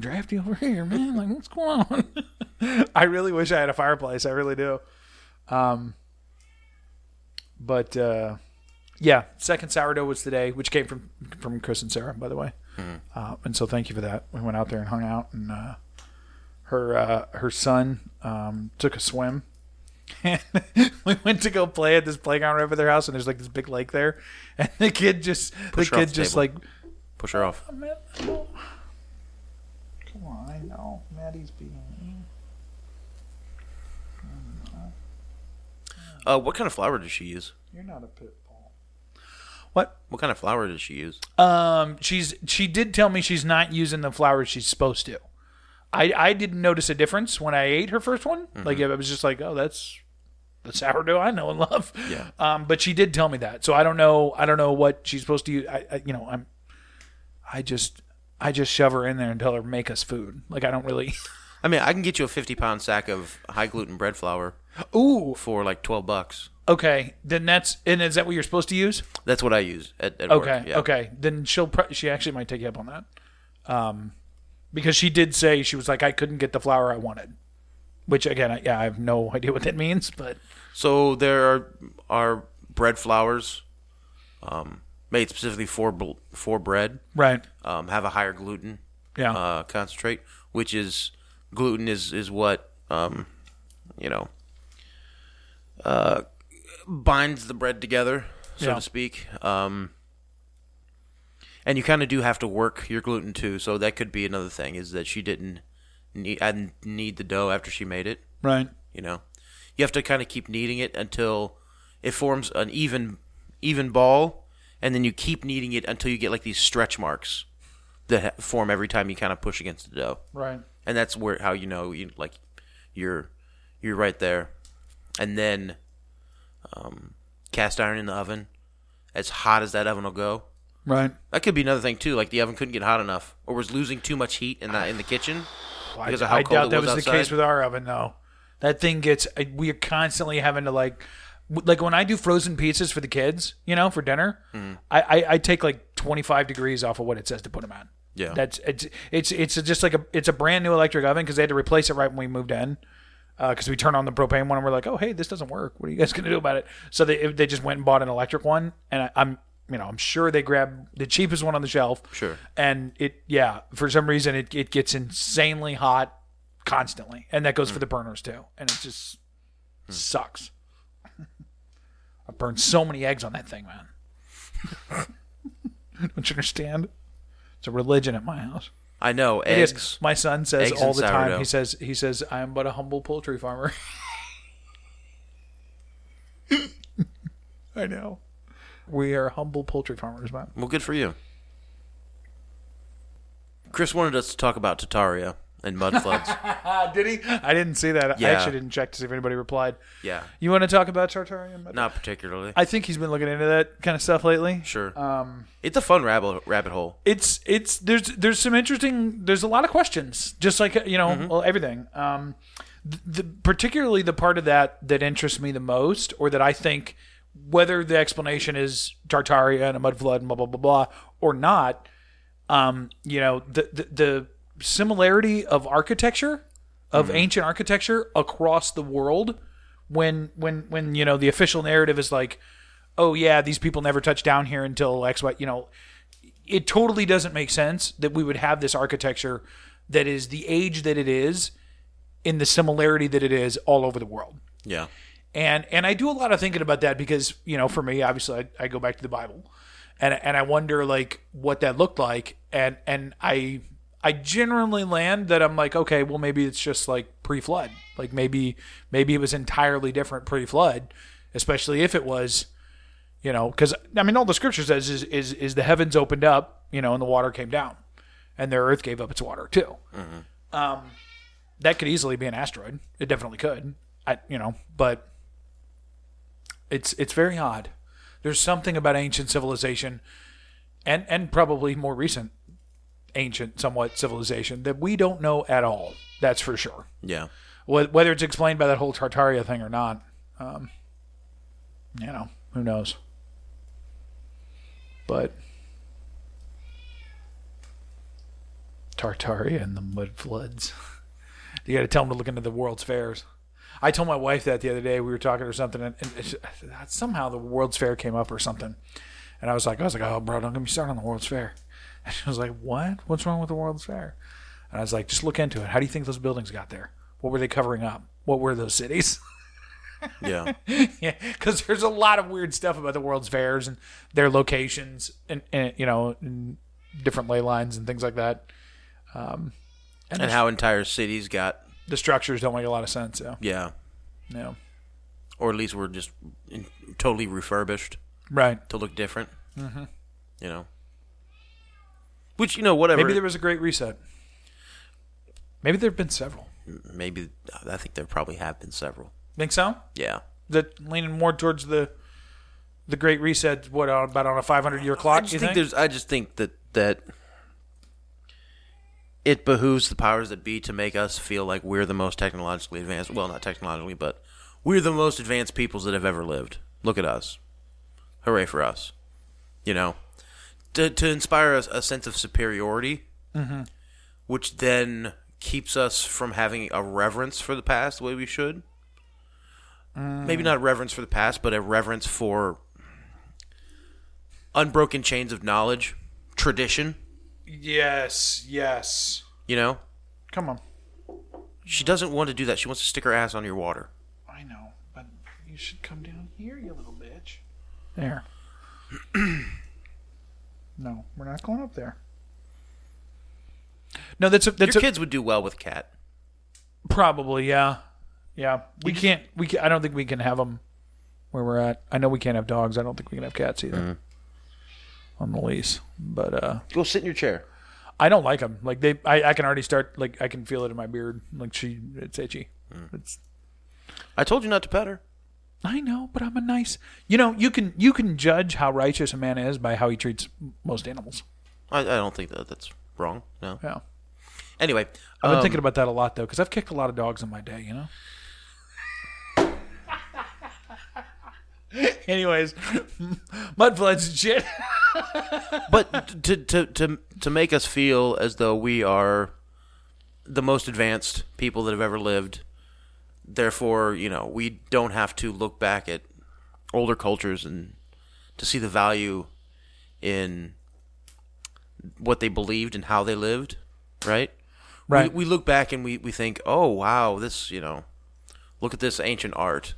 S2: drafty over here, man? Like, what's going on? I really wish I had a fireplace. I really do. Um, but uh, yeah, second sourdough was today, which came from from Chris and Sarah, by the way.
S1: Mm-hmm.
S2: Uh, and so thank you for that. We went out there and hung out, and uh, her uh, her son um, took a swim and we went to go play at this playground right over their house, and there's like this big lake there, and the kid just
S1: Push her
S2: the kid
S1: off the
S2: just
S1: table.
S2: like,
S1: push her off.
S2: "Man, oh. come on, I know Maddie's being
S1: Uh, what kind of flour does she use?
S2: you're not a pit bull. What?
S1: What kind of flour does she use?
S2: Um, she's she did tell me she's not using the flour she's supposed to. I I didn't notice a difference when I ate her first one. Like I was just like, oh, that's the sourdough I know and love.
S1: Yeah.
S2: Um, but she did tell me that, so I don't know. I don't know what she's supposed to use. I, I you know I'm, I just I just shove her in there and tell her make us food. Like I don't really.
S1: I mean, I can get you a fifty-pound sack of high gluten bread flour
S2: Ooh.
S1: for like twelve bucks.
S2: Okay. Then that's and is that what you're supposed to use?
S1: That's what I use at, at
S2: Okay.
S1: work. yeah.
S2: Okay. Then she'll pro- she actually might take you up on that, um, because she did say she was like I couldn't get the flour I wanted, which again, I, yeah, I have no idea what that means, but
S1: So there are are bread flours, um, made specifically for bl- for bread,
S2: right.
S1: um, have a higher gluten
S2: Yeah.
S1: uh, concentrate, which is gluten is is what um, you know uh, binds the bread together, so
S2: Yeah.
S1: to speak. Um, and you kind of do have to work your gluten too, so that could be another thing is that she didn't need I didn't knead the dough after she made it.
S2: right.
S1: You know, you have to kind of keep kneading it until it forms an even even ball, and then you keep kneading it until you get like these stretch marks that ha- form every time you kind of push against the dough,
S2: Right.
S1: and that's where how you know you like you're you're right there, and then um, cast iron in the oven, as hot as that oven will go.
S2: Right.
S1: That could be another thing too. Like the oven couldn't get hot enough, or was losing too much heat in the in the kitchen.
S2: I,
S1: Because of how
S2: I
S1: cold
S2: doubt
S1: it
S2: that
S1: was
S2: was the
S1: outside.
S2: case with our oven, though. That thing gets. I- We are constantly having to like, w- like when I do frozen pizzas for the kids, you know, for dinner,
S1: Mm.
S2: I, I I take like twenty five degrees off of what it says to put them on.
S1: Yeah.
S2: that's it's it's it's just like a it's a brand new electric oven because they had to replace it right when we moved in. Because uh, we turned on the propane one and we're like, oh hey, this doesn't work. What are you guys gonna do about it? So they they just went and bought an electric one, and I, I'm you know I'm sure they grabbed the cheapest one on the shelf.
S1: Sure.
S2: And it yeah for some reason it it gets insanely hot constantly, and that goes for the burners too, and it just sucks. I burned so many eggs on that thing, man. Don't you understand? It's a religion at my house.
S1: I know
S2: It is.
S1: eggs.
S2: My son says
S1: Eggs
S2: all
S1: and
S2: the time.
S1: sourdough.
S2: He says he says I am but a humble poultry farmer. I know. We are humble poultry farmers, man.
S1: Well, good for you. Chris wanted us to talk about Tataria and mud floods.
S2: Uh, Did he? I didn't see that.
S1: Yeah.
S2: I actually didn't check to see if anybody replied.
S1: yeah,
S2: You want to talk about Tartarian?
S1: not particularly.
S2: I think he's been looking into that kind of stuff lately.
S1: sure. Um, it's a fun rabbit rabbit hole.
S2: it's it's there's there's some interesting there's a lot of questions just like you know well, everything um the, particularly the part of that that interests me the most, or that I think whether the explanation is Tartaria and a mud flood and blah blah blah blah or not, um, you know, the the, the similarity of architecture of ancient architecture across the world when when when you know the official narrative is like oh yeah these people never touched down here until x y you know it totally doesn't make sense that we would have this architecture that is the age that it is in the similarity that it is all over the world
S1: Yeah.
S2: and and I do a lot of thinking about that because you know for me obviously I, I go back to the Bible and and I wonder like what that looked like and and I I generally land that I'm like okay well maybe it's just like pre-flood like maybe maybe it was entirely different pre-flood especially if it was you know because I mean all the scripture says is, is is the heavens opened up you know and the water came down and the earth gave up its water too um that could easily be an asteroid it definitely could I you know but it's it's very odd. There's something about ancient civilization, and and probably more recent ancient somewhat civilization that we don't know at all. That's for sure.
S1: Yeah.
S2: Wh- Whether it's explained by that whole Tartaria thing or not, um, you know, who knows. But Tartaria and the mud floods. you got to tell them to look into the World's Fairs. I told my wife that the other day. We were talking or something, and, and it's- somehow the World's Fair came up or something. And I was like, I was like, oh, bro, don't get me started on the World's Fair. And she was like, what? What's wrong with the World's Fair? And I was like, just look into it. How do you think those buildings got there? What were they covering up? What were those cities?
S1: Yeah.
S2: yeah, because there's a lot of weird stuff about the World's Fairs and their locations, and, and you know, and different ley lines and things like that.
S1: and how entire cities got
S2: The structures don't make a lot of sense. Yeah,
S1: yeah,
S2: no,
S1: or at least were just in, totally refurbished
S2: right.
S1: to look different. Mm-hmm. You know. Which you know whatever
S2: Maybe there was a great reset. Maybe there've been several.
S1: maybe I think there probably have been several.
S2: Think so?
S1: Yeah.
S2: That leaning more towards the the Great Reset. What on, about on a 500 year
S1: I
S2: clock?
S1: just
S2: you
S1: think, there's. I just think that that it behooves the powers that be to make us feel like we're the most technologically advanced. Well, not technologically, but we're the most advanced peoples that have ever lived. Look at us! Hooray for us! You know, to to inspire us a sense of superiority, which then keeps us from having a reverence for the past the way we should. Maybe not reverence for the past, but a reverence for unbroken chains of knowledge, tradition,
S2: yes, yes.
S1: you know?
S2: Come on.
S1: She doesn't want to do that. She wants to stick her ass on your water.
S2: I know, but you should come down here, you little bitch. There. no, we're not going up there. No, that's a, that's
S1: Your
S2: a,
S1: kids would do well with cat.
S2: probably yeah, yeah. We can't. We can, I don't think we can have them where we're at. I know we can't have dogs. I don't think we can have cats either on the lease. But uh,
S1: Go sit in your chair.
S2: I don't like them. Like they, I, I can already start. Like I can feel it in my beard. Like she, it's itchy. It's
S1: I told you not to pet her.
S2: I know, but I'm a nice. You know, you can you can judge how righteous a man is by how he treats most animals.
S1: I, I don't think that that's wrong. No.
S2: Yeah,
S1: Anyway,
S2: I've been
S1: um,
S2: thinking about that a lot though, because I've kicked a lot of dogs in my day. You know. Anyways, mud floods and shit.
S1: but to, to to to make us feel as though we are the most advanced people that have ever lived. Therefore, you know, we don't have to look back at older cultures and to see the value in what they believed and how they lived, right?
S2: Right.
S1: We, we look back and we, we think, oh wow, this you know, look at this ancient art,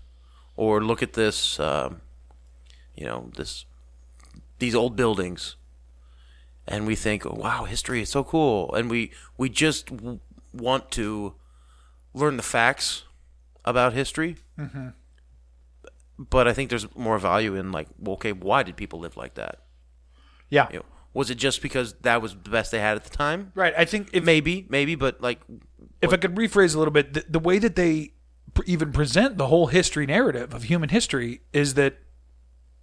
S1: or look at this, um, you know, this these old buildings, and we think, oh, wow, history is so cool, and we we just w- want to learn the facts about history. But I think there's more value in like, well, okay, why did people live like that?
S2: yeah.
S1: You know, was it just because that was the best they had at the time?
S2: Right. I think if
S1: Maybe, maybe, but like,
S2: if I could rephrase a little bit, the, the way that they pr- even present the whole history narrative of human history is that,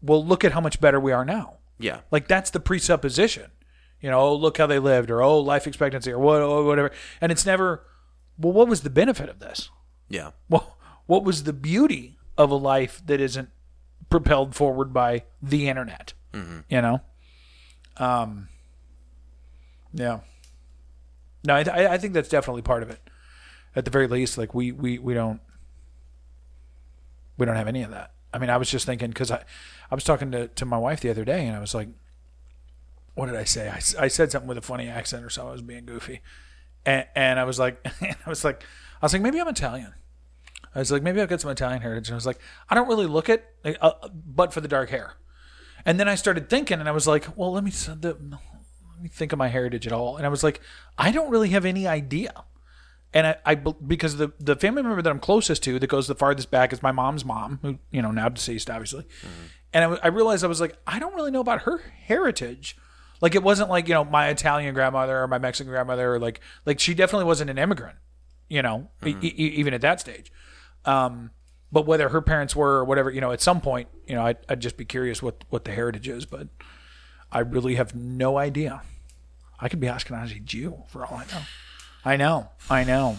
S2: well, look at how much better we are now.
S1: yeah,
S2: Like that's the presupposition. You know, oh, look how they lived, or oh, life expectancy, or what, or whatever. And it's never, well, what was the benefit of this?
S1: Yeah.
S2: Well, what was the beauty of a life that isn't propelled forward by the internet? You know. Um. Yeah. No, I, I I think that's definitely part of it. At the very least, like we we we don't we don't have any of that. I mean, I was just thinking because I I was talking to to my wife the other day, and I was like, what did I say? I, s- I said something with a funny accent or something. I was being goofy, and and I was like, I was like, I was like, maybe I'm Italian. I was like, maybe I've got some Italian heritage. And I was like, I don't really look it, like, uh, but for the dark hair. And then I started thinking, and I was like, well, let me s- the, let me think of my heritage at all. And I was like, I don't really have any idea. And I, I bel- because the the family member that I'm closest to, that goes the farthest back, is my mom's mom, who you know now deceased, obviously. And I, w- I realized I was like, I don't really know about her heritage. Like it wasn't like you know my Italian grandmother or my Mexican grandmother or like like she definitely wasn't an immigrant, you know, e- e- e- even at that stage but whether her parents were or whatever, you know, at some point, you know, I'd, I'd just be curious what, what the heritage is, but I really have no idea. I could be Ashkenazi Jew for all I know. I know, I know,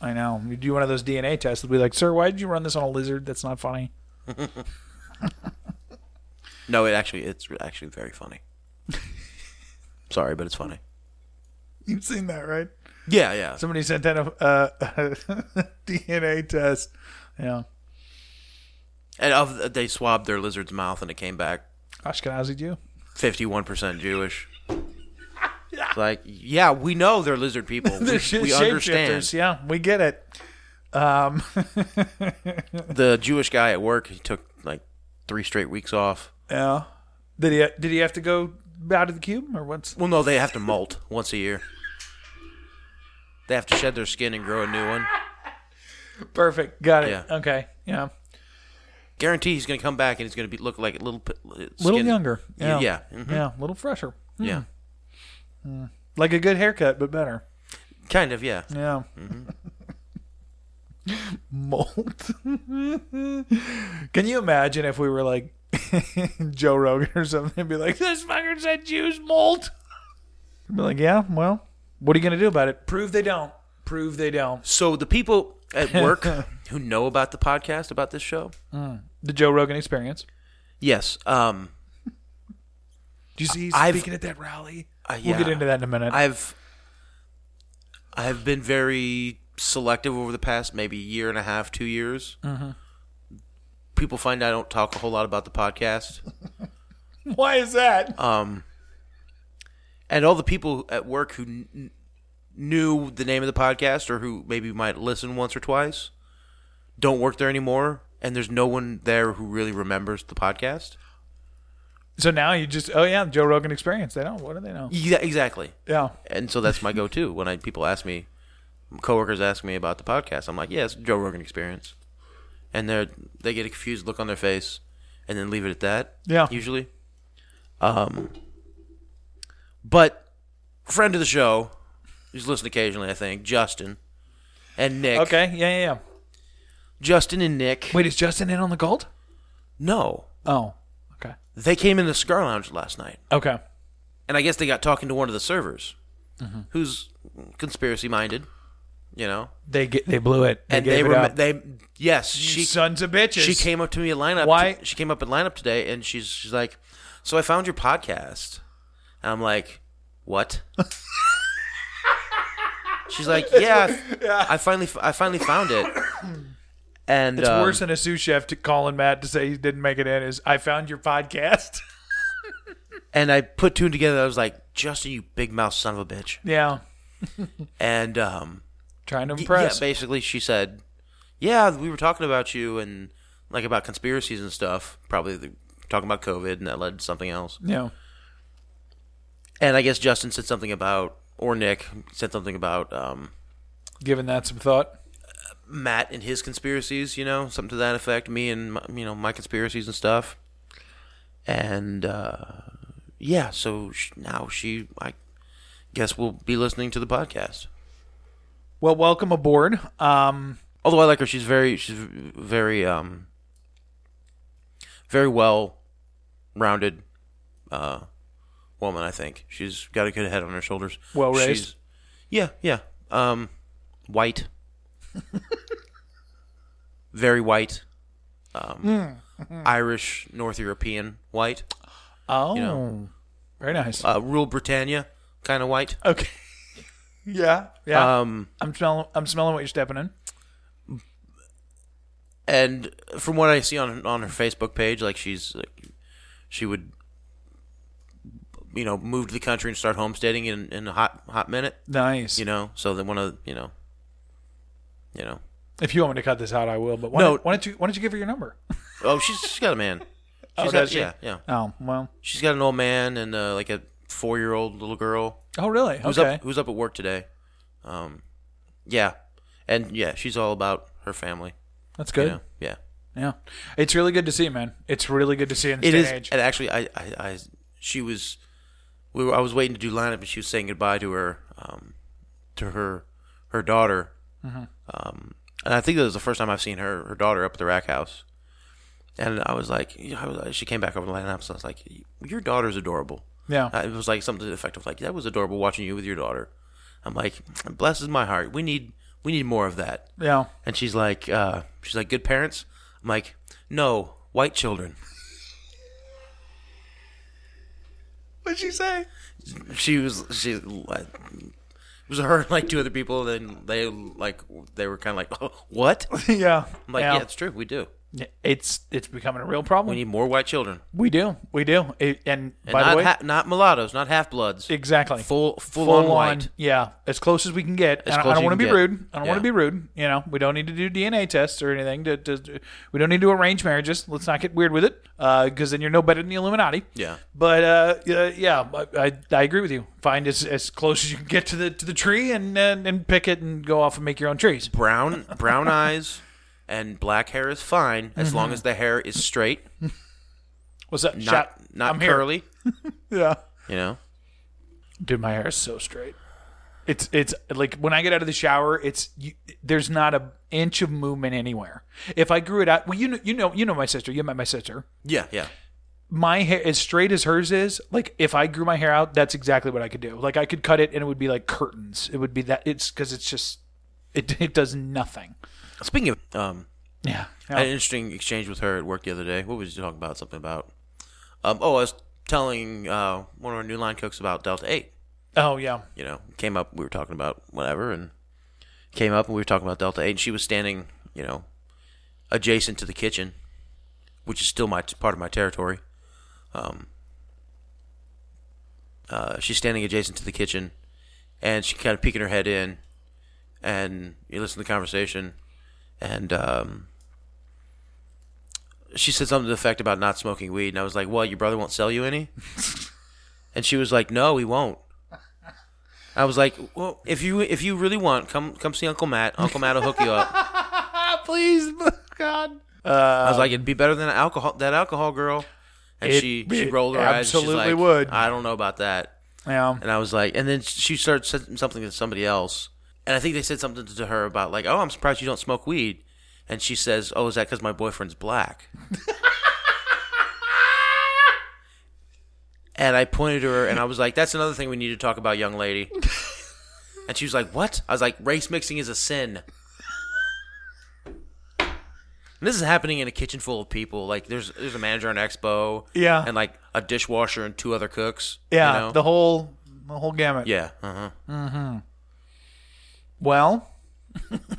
S2: I know. You do one of those DNA tests, they'll be like, "Sir, why did you run this on a lizard? That's not funny."
S1: No, it actually it's actually very funny. Sorry, but it's funny.
S2: You've seen that, right?
S1: Yeah, yeah.
S2: Somebody sent in a, uh, DNA test. Yeah,
S1: and of, they swabbed their lizard's mouth and it came back
S2: Ashkenazi Jew.
S1: 51% Jewish. It's like, yeah, we know they're lizard people. we
S2: Sh-
S1: we
S2: shapeshifters.
S1: understand.
S2: Yeah, we get it.
S1: The Jewish guy at work, he took like three straight weeks off.
S2: Yeah. Did he? Did he have to go out of the cube or what's?
S1: Well, no, they have to molt once a year. They have to shed their skin and grow a new one.
S2: Perfect. Got it.
S1: Yeah.
S2: Okay. Yeah.
S1: Guarantee he's going to come back and he's going to be look like a little p- uh,
S2: little
S1: skin-
S2: younger.
S1: Yeah.
S2: Yeah. Mm-hmm.
S1: Yeah. mhm,
S2: Yeah, A little fresher.
S1: yeah.
S2: Like a good haircut, but better.
S1: Kind of, yeah.
S2: Yeah.
S1: Mm-hmm.
S2: Molt. Can you imagine if we were like Joe Rogan or something and be like, this fucker said Jews molt? I'd be like, yeah, well, what are you going to do about it? Prove they don't. Prove they don't.
S1: So the people at work who know about the podcast, about this show,
S2: The Joe Rogan experience.
S1: yes, um,
S2: Do you see he's
S1: I've-
S2: speaking at that rally?
S1: uh,
S2: We'll get
S1: yeah.
S2: into that in a minute.
S1: I've I've been very selective over the past maybe year and a half, two years.
S2: Mm-hmm.
S1: People find I don't talk a whole lot about the podcast,
S2: Why is that?
S1: and all the people at work who kn- knew the name of the podcast or who maybe might listen once or twice don't work there anymore, and there's no one there who really remembers the podcast.
S2: so now you just, oh, yeah, Joe Rogan experience. They don't. What do they know?
S1: Yeah, exactly.
S2: Yeah.
S1: and so that's my go-to when I people ask me, coworkers ask me about the podcast. I'm like, yeah, it's Joe Rogan Experience, and they are they get a confused look on their face, and then leave it at that.
S2: Yeah.
S1: usually. Um, but friend of the show, who's listened occasionally, I think Justin and Nick.
S2: Okay. Yeah, yeah, yeah.
S1: Justin and Nick.
S2: Wait, is Justin in on the gold?
S1: no,
S2: Oh, okay.
S1: they came in the cigar lounge last night.
S2: Okay.
S1: and I guess they got talking to one of the servers,
S2: Mm-hmm.
S1: who's conspiracy minded, you know.
S2: They get they blew it. They
S1: and
S2: gave
S1: they
S2: it
S1: were
S2: up.
S1: they yes
S2: You
S1: she
S2: sons of bitches.
S1: she came up to me at lineup.
S2: Why-
S1: she came up at lineup today, and she's she's like, so I found your podcast, and I'm like, what? she's like, yeah, I finally I finally found it, and um,
S2: It's worse than a sous chef to calling Matt to say he didn't make it in. Is I found your podcast.
S1: and I put two and together. I was like, Justin, you big mouth son of a bitch,
S2: yeah.
S1: and um.
S2: Trying to
S1: Y-
S2: impress.
S1: Yeah, basically, she said, "Yeah, we were talking about you and like about conspiracies and stuff. Probably the, talking about COVID, and that led to something else.
S2: yeah.
S1: And I guess Justin said something about, or Nick said something about um,
S2: Giving that some thought.
S1: Matt and his conspiracies. You know, something to that effect. Me and my, you know my conspiracies and stuff. And uh, yeah, so sh- now she, I guess, will be listening to the podcast.
S2: Well, welcome aboard. Um,
S1: although I like her, she's very she's very um very well rounded uh woman. I think she's got a good head on her shoulders.
S2: Well raised?
S1: She's- Yeah, yeah. Um, white. very white, um, Irish, North European white,
S2: Oh,
S1: know.
S2: very nice.
S1: uh, rural Britannia kind of white.
S2: okay. yeah, yeah.
S1: Um,
S2: I'm smelling. I'm smelling what you're stepping in.
S1: and from what I see on on her Facebook page, like she's like, she would you know move to the country and start homesteading in, in a hot hot minute.
S2: Nice.
S1: You know, so they want to you know you know.
S2: if you want me to cut this out, I will. But why,
S1: No.
S2: don't, why don't you? Why don't you give her your number?
S1: Oh, she's she's got a man. She's got,
S2: does she?
S1: yeah, yeah.
S2: Oh well.
S1: She's got an old man and uh, like a four year old little girl
S2: Oh really?
S1: who's
S2: okay.
S1: up who's up at work today. Um, yeah, and yeah, she's all about her family.
S2: That's
S1: You
S2: good.
S1: know? Yeah.
S2: Yeah. It's really good to see, you, man. It's really good to see in this
S1: It
S2: day
S1: is,
S2: and age.
S1: and actually, I, I, I, she was, we were, I was waiting to do lineup, and she was saying goodbye to her, um, to her, her daughter, um, and I think that was the first time I've seen her, her daughter up at the rack house, and I was like, you know, I was- she came back over the lineup, so I was like, your daughter's adorable.
S2: Yeah.
S1: Uh, it was like something to the effect of like that was adorable watching you with your daughter. I'm like, blesses my heart. We need, we need more of that.
S2: yeah.
S1: And she's like, uh, she's like, good parents. I'm like, no, white children.
S2: What'd she say?
S1: she was she like, it was her and like two other people and they like they were kind of like oh, what I'm
S2: yeah.
S1: like yeah.
S2: yeah.
S1: it's true we do
S2: It's it's becoming a real problem.
S1: we
S2: We,
S1: need more white children
S2: do. We do. It, and,
S1: and
S2: by
S1: not
S2: the way,
S1: ha- not mulattoes not half bloods
S2: exactly.
S1: full full, on, white
S2: Yeah, as close as we can get. And
S1: As
S2: I, I
S1: close
S2: don't
S1: you
S2: want to
S1: can
S2: be
S1: get.
S2: rude. I don't want
S1: Yeah.
S2: to be rude. You know, we don't need to do DNA tests or anything. To, to, we don't need to arrange marriages. Let's not get weird with it, because then you're no better than the Illuminati.
S1: Yeah.
S2: But uh, yeah, yeah, I, I, I agree with you. Find as, as close as you can get to the to the tree, and, and and pick it, and go off and make your own trees.
S1: brown brown eyes and black hair is fine as
S2: Mm-hmm.
S1: long as the hair is straight
S2: What's up?
S1: not
S2: Shot.
S1: not
S2: I'm here.
S1: curly
S2: Yeah.
S1: you know
S2: Dude, my hair is so straight. It's it's like when I get out of the shower, it's you, there's not a inch of movement anywhere. If I grew it out, well, you know, you know, you know my sister. You met my sister.
S1: yeah yeah
S2: My hair as straight as hers is. Like if I grew my hair out, that's exactly what I could do. Like I could cut it, and it would be like curtains. It would be that. It's because it's just it it does nothing.
S1: speaking of um
S2: Yeah.
S1: I had an interesting exchange with her at work the other day. What was you talking about? Something about um, oh, I was telling uh, one of our new line cooks about Delta Eight.
S2: Oh yeah.
S1: You know, came up. We were talking about whatever, and came up and we were talking about Delta Eight. And she was standing, you know, adjacent to the kitchen, which is still my part of my territory. Um, uh, she's standing adjacent to the kitchen, and she kind of peeking her head in, and you listen to the conversation, and um, she said something to the effect about not smoking weed, and I was like, "Well, your brother won't sell you any," and she was like, "No, he won't." I was like, "Well, if you if you really want, come come see Uncle Matt. Uncle Matt will hook you up."
S2: Ah, please, God.
S1: I was like, "It'd be better than alcohol that alcohol girl." And
S2: It-
S1: she she
S2: it
S1: rolled her eyes. She's
S2: absolutely
S1: like,
S2: would.
S1: I don't know about that.
S2: Yeah.
S1: And I was like, and then she started saying something to somebody else, and I think they said something to her about like, "Oh, I'm surprised you don't smoke weed," and she says, "Oh, is that because my boyfriend's black?" and I pointed to her, and I was like, "That's another thing we need to talk about, young lady." and she was like, "What?" I was like, "Race mixing is a sin." And this is happening in a kitchen full of people. Like, there's there's a manager on expo,
S2: Yeah.
S1: and like a dishwasher and two other cooks. you
S2: Yeah.
S1: know?
S2: The whole the whole gamut.
S1: Yeah. Uh-huh.
S2: Well.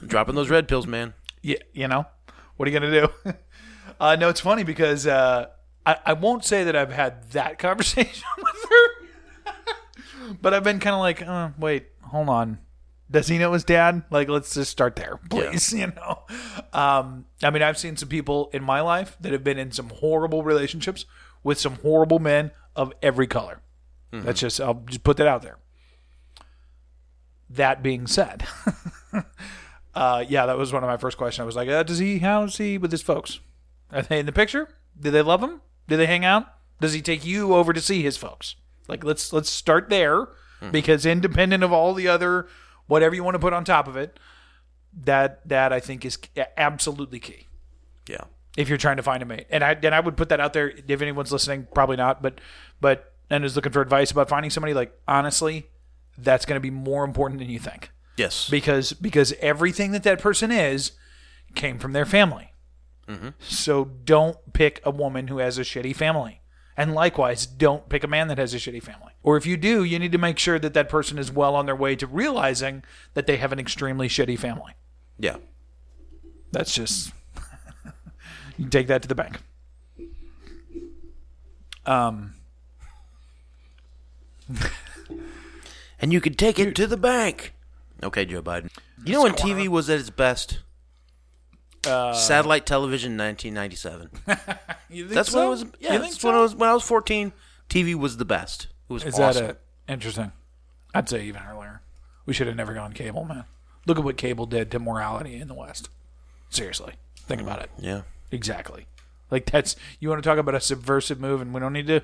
S1: Dropping those red pills, man.
S2: yeah, you know, what are you gonna do? uh, no, it's funny because uh, I, I won't say that I've had that conversation with her, but I've been kind of like, uh, wait, hold on, does he know his dad? Like, let's just start there, please. You know, um, I mean, I've seen some people in my life that have been in some horrible relationships with some horrible men of every color. That's just I'll just put that out there. That being said. Uh, yeah, that was one of my first questions. I was like, uh, does he, how is he with his folks? Are they in the picture? Do they love him? Do they hang out? Does he take you over to see his folks? Like, let's, let's start there because independent of all the other, whatever you want to put on top of it, that, that I think is absolutely key
S1: Yeah.
S2: if you're trying to find a mate. And I and I would put that out there if anyone's listening, probably not, but but and is looking for advice about finding somebody, like honestly, that's going to be more important than you think
S1: Yes.
S2: because because everything that that person is came from their family.
S1: Mm-hmm.
S2: So don't pick a woman who has a shitty family. And likewise, don't pick a man that has a shitty family. Or if you do, you need to make sure that that person is well on their way to realizing that they have an extremely shitty family.
S1: Yeah.
S2: That's just you can take that to the bank.
S1: And you can take it to the bank. Okay, Joe Biden. You know when TV was at its best? Uh, Satellite television, 1997. That's when it was. Yeah, that's when I was when I was 14. TV was the best. It was
S2: Is
S1: awesome.
S2: that a, interesting? I'd say even earlier. We should have never gone cable, man. Look at what cable did to morality in the West. Seriously, think about it.
S1: Yeah.
S2: Exactly. Like that's you want to talk about a subversive move, and we don't need to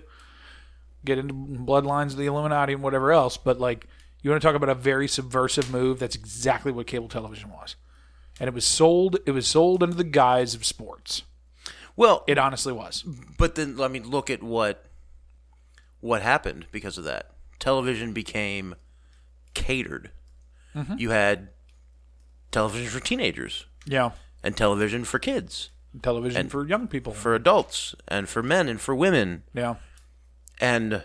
S2: get into bloodlines of the Illuminati and whatever else. But like, you want to talk about a very subversive move? That's exactly what cable television was, and it was sold. It was sold under the guise of sports.
S1: Well,
S2: It honestly was.
S1: but then I mean, look at what what happened because of that. Television became catered. You had television for teenagers
S2: Yeah,
S1: and television for kids,
S2: television
S1: And
S2: for young people.
S1: for adults, and for men and for women.
S2: yeah,
S1: And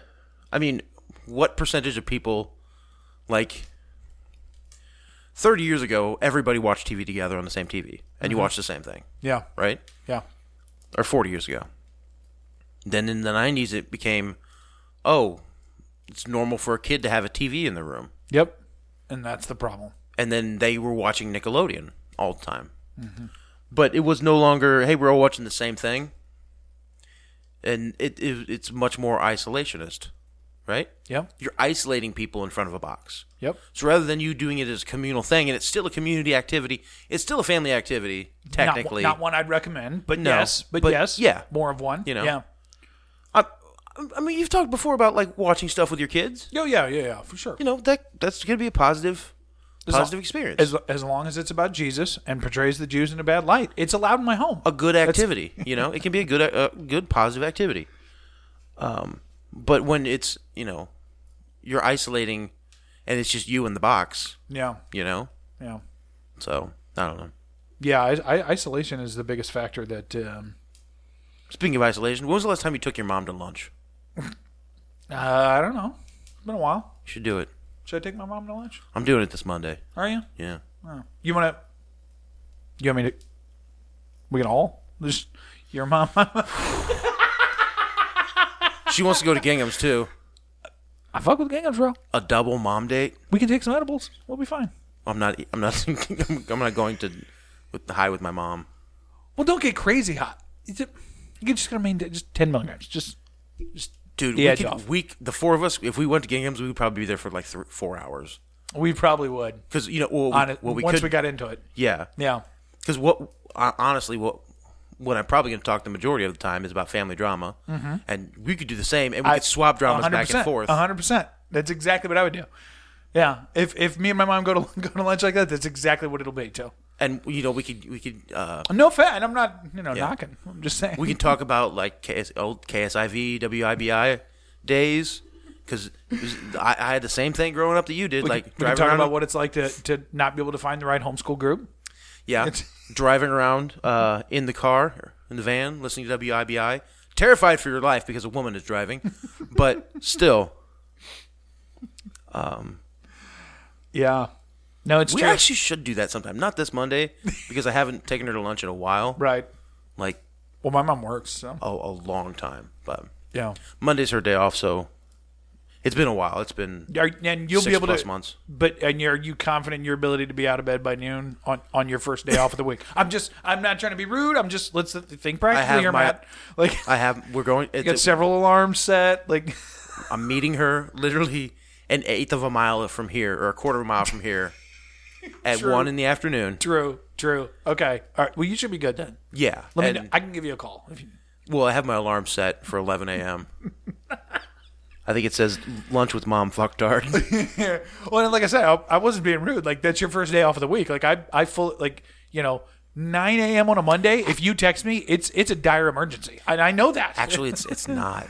S1: I mean, what percentage of people like 30 years ago everybody watched TV together on the same TV and you watched the same thing,
S2: yeah,
S1: right?
S2: yeah.
S1: Or 40 years ago. Then in the 90s it became oh, it's normal for a kid to have a TV in their room.
S2: Yep. And that's the problem.
S1: And then they were watching Nickelodeon all the time.
S2: Mm-hmm.
S1: But it was no longer hey, we're all watching the same thing. And it, it it's much more isolationist, right?
S2: Yep.
S1: you're isolating people in front of a box.
S2: Yep.
S1: So rather than you doing it as a communal thing, and it's still a community activity, it's still a family activity
S2: Not-
S1: technically.
S2: not, one I'd recommend, but
S1: No,
S2: yes, but,
S1: but
S2: yes,
S1: yeah.
S2: more of one.
S1: You know.
S2: yeah,
S1: I, I mean, you've talked before about like watching stuff with your kids.
S2: oh yeah, yeah, yeah, for sure.
S1: You know that that's going to be a positive,
S2: long-
S1: positive experience.
S2: as, as long as it's about Jesus and portrays the Jews in a bad light, it's allowed in my home.
S1: a good activity. you know, it can be a good, a good positive activity. Um, but when it's you know, you're isolating, and it's just you in the box.
S2: yeah,
S1: You know,
S2: yeah,
S1: so I don't know.
S2: yeah. I, I, isolation is the biggest factor that um,
S1: Speaking of isolation, when was the last time you took your mom to lunch?
S2: uh, I don't know. It's been a while.
S1: You should do it.
S2: Should I take my mom to lunch?
S1: I'm doing it this Monday.
S2: Are you?
S1: Yeah.
S2: You want to? You want me to? We can all just your mom. I
S1: She wants to go to Gingham's too.
S2: fuck with gangs, bro.
S1: A double mom date?
S2: We can take some edibles. We'll be fine.
S1: I'm not. I'm not. I'm not going to with high with my mom.
S2: Well, don't get crazy hot. It's a, you're just gonna mean just ten milligrams. Just
S1: Dude,
S2: The
S1: we
S2: edge
S1: could,
S2: off.
S1: we c- the four of us, if we went to Gingham's, we would probably be there for like three, four hours.
S2: we probably would.
S1: Because you know, well,
S2: On
S1: we,
S2: it,
S1: well, we
S2: once
S1: could,
S2: we got into it,
S1: yeah.
S2: yeah.
S1: Because what, uh, honestly, what, what I'm probably going to talk the majority of the time is about family drama, mm-hmm. and we could do the same, and we could swap dramas back and forth.
S2: hundred percent. Uh-huh. That's exactly what I would do. Yeah, if if me and my mom go to go to lunch like that, that's exactly what it'll be. Too.
S1: And you know, we could, we could, uh,
S2: No fat. I'm not you know knocking. I'm just saying.
S1: we could talk about like KS, old KSIV, WIBI days. Because I, I had the same thing growing up that you did,
S2: We
S1: like
S2: could- we can
S1: driving
S2: talk
S1: around
S2: about what it's like to to not be able to find the right homeschool group.
S1: Yeah.
S2: It's-
S1: Driving around uh, in the car, in the van, listening to WIBI. Terrified for your life because a woman is driving, but still,
S2: Yeah. No, it's
S1: we
S2: true.
S1: actually should do that sometime. Not this Monday because I haven't taken her to lunch in a while,
S2: right.
S1: like
S2: Well, my mom works. So.
S1: a, a long time. But
S2: Yeah.
S1: Monday's her day off, so it's been a while. It's been
S2: Are, and you'll
S1: six
S2: be able
S1: plus
S2: to.
S1: months.
S2: But and you're, are you confident in your ability to be out of bed by noon on, on your first day off of the week? I'm just. I'm not trying to be rude. I'm just. Let's think practically
S1: have
S2: here,
S1: my-
S2: Matt. Like
S1: I have. We're going. It's,
S2: you got several alarms set. Like
S1: I'm meeting her literally an eighth of a mile from here or a quarter of a mile from here at one in the afternoon.
S2: true, true. Okay. All right. Well, you should be good then.
S1: Yeah.
S2: Let me.
S1: and-
S2: Know. I can give you a call. If you,
S1: Well, I have my alarm set for 11 a.m. I think it says lunch with mom fucktard.
S2: well, and like I said, I, I wasn't being rude. Like that's your first day off of the week. Like I, I full like you know. 9 a.m. on a Monday. If you text me, it's it's a dire emergency, and I know that.
S1: Actually, it's it's not.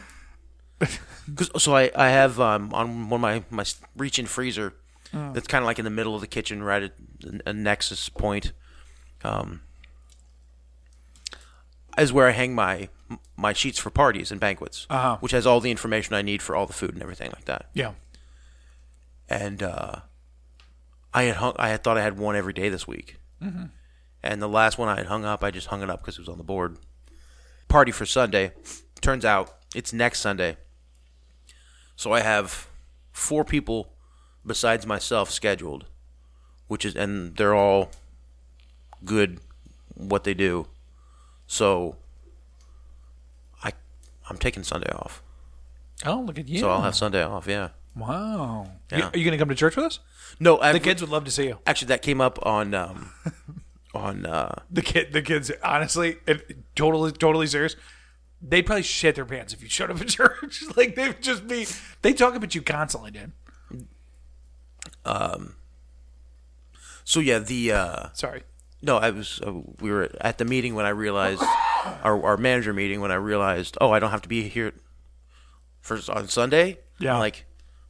S1: 'Cause- so I I have um, on one of my my s- reach-in freezer that's kind of like in the middle of the kitchen, right at a, a nexus point. Um, is where I hang my my sheets for parties and banquets,
S2: Uh-huh.
S1: which has all the information I need for all the food and everything like that.
S2: Yeah.
S1: And uh, I had hung, I had thought I had one every day this week, and the last one I had hung up, I just hung it up because it was on the board. Party for Sunday. Turns out it's next Sunday, so I have four people besides myself scheduled, which is and they're all good what they do. So I I'm taking Sunday off.
S2: Oh, look at you.
S1: So I'll have Sunday off, yeah.
S2: wow.
S1: Yeah.
S2: You- Are you going to come to church with us?
S1: No, I,
S2: The kids would love to see you.
S1: actually that came up on um on uh
S2: The kid, the kids. Honestly, if, totally, totally serious. They'd probably shit their pants if you showed up at church. like they'd just be. They talk about you constantly, dude.
S1: so yeah, the uh
S2: Sorry.
S1: no, I was uh, we were at the meeting when I realized our our manager meeting when I realized, "Oh, I don't have to be here for on Sunday?"
S2: Yeah.
S1: I'm like,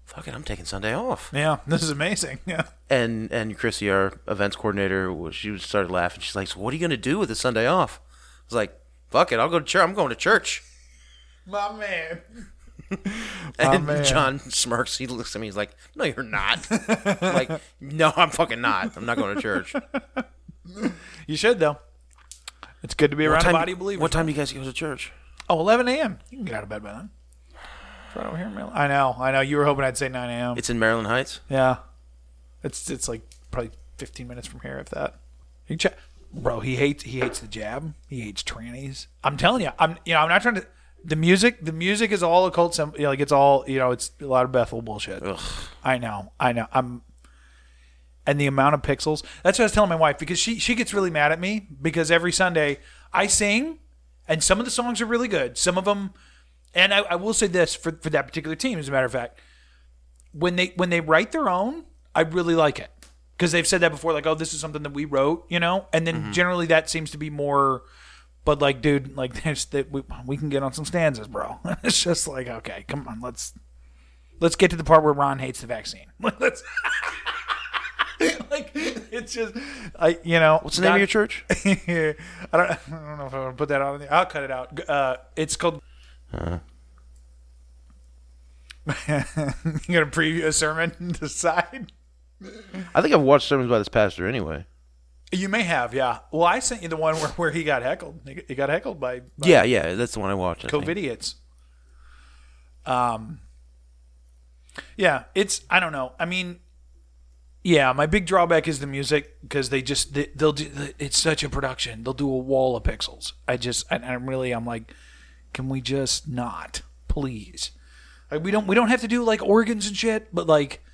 S1: "Fuck it, I'm taking Sunday off."
S2: Yeah, this is amazing. Yeah.
S1: and and Chrissy, our events coordinator, was- she was- started laughing. She's like, "So what are you gonna do with the Sunday off?" I was like, "Fuck it, I'll go to church. I'm going to church."
S2: My man.
S1: And
S2: Oh, man.
S1: John smirks. He looks at me. He's like, "No, you're not." I'm like, no, I'm fucking not. I'm not going to church. What
S2: You should though. It's good to be around a
S1: time-
S2: body believer.
S1: What time do you guys go to church?
S2: Oh, 11 a.m. You can get out of bed by then. It's right over here, in Maryland. I know, I know. You were hoping I'd say 9 a.m.
S1: It's in Maryland Heights.
S2: yeah, it's it's like probably 15 minutes from here, if that. You check, bro. He hates he hates the jab. He hates trannies. I'm telling you, I'm you know I'm not trying to. The music, the music is all occult. Some you know, like it's all you know, it's a lot of Bethel bullshit. I know, I know. I'm and the amount of pixels. That's what I was telling my wife because she she gets really mad at me because every Sunday I sing, and some of the songs are really good. Some of them, and I, I will say this for for that particular team, as a matter of fact, when they when they write their own, I really like it because they've said that before, like oh this is something that we wrote, you know, and
S1: Mm-hmm.
S2: then generally that seems to be more. But like, dude, like there's that we we can get on some stanzas, bro. it's just like okay, come on, let's. Let's get to the part where Ron hates the vaccine. Like, let's like it's just I you know
S1: What's the name of your church?
S2: church? I don't I don't know if I want to put that on there. I'll cut it out. G- Uh, it's called. you gonna preview a sermon and decide?
S1: I think I've watched sermons by this pastor anyway.
S2: You may have, yeah. Well, I sent you the one where, where he got heckled. He got- he got heckled by, by
S1: Yeah, yeah, that's the one I watched. I think.
S2: COVIDiots. Um. Yeah, it's I don't know. I mean, yeah, my big drawback is the music because they just they, they'll do it's such a production. They'll do a wall of pixels. I just I, I'm really I'm like, can we just not please? Like we don't we don't have to do like organs and shit, but like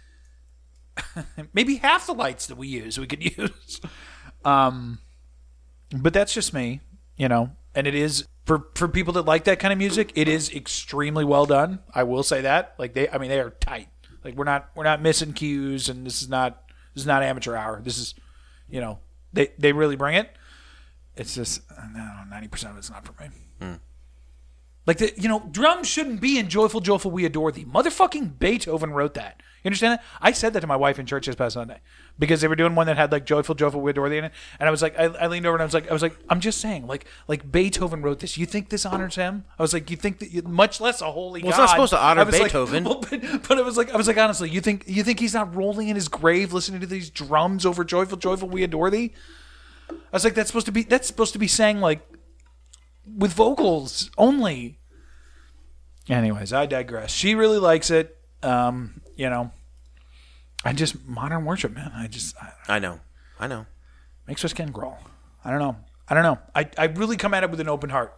S2: maybe half the lights that we use we could use. Um, but that's just me, you know. And it is for for people that like that kind of music, it is extremely well done. I will say that. Like they, I mean, they are tight. Like we're not we're not missing cues, and this is not this is not amateur hour. This is, you know, they they really bring it. It's just I don't know ninety percent of it's not for me.
S1: Hmm.
S2: Like the, you know, drums shouldn't be in "Joyful, Joyful, We Adore Thee." Motherfucking Beethoven wrote that. You understand that? I said that to my wife in church this past Sunday because they were doing one that had like "Joyful, Joyful, We Adore Thee" in it, and I was like, I, I leaned over and I was like, I was like, I'm just saying, like, like Beethoven wrote this. You think this honors him? I was like, you think that, you, much less a holy.
S1: Well, it's
S2: God.
S1: not supposed to honor
S2: I was like-
S1: Beethoven.
S2: well, but, but I was like, I was like, honestly, you think you think he's not rolling in his grave listening to these drums over "Joyful, Joyful, We Adore Thee"? I was like, that's supposed to be that's supposed to be sang like with vocals only. Anyways, I digress. She really likes it. Um, you know, I just modern worship, man. I just I,
S1: I know, I know.
S2: makes my skin crawl. I don't know. I don't know. I, I really come at it with an open heart,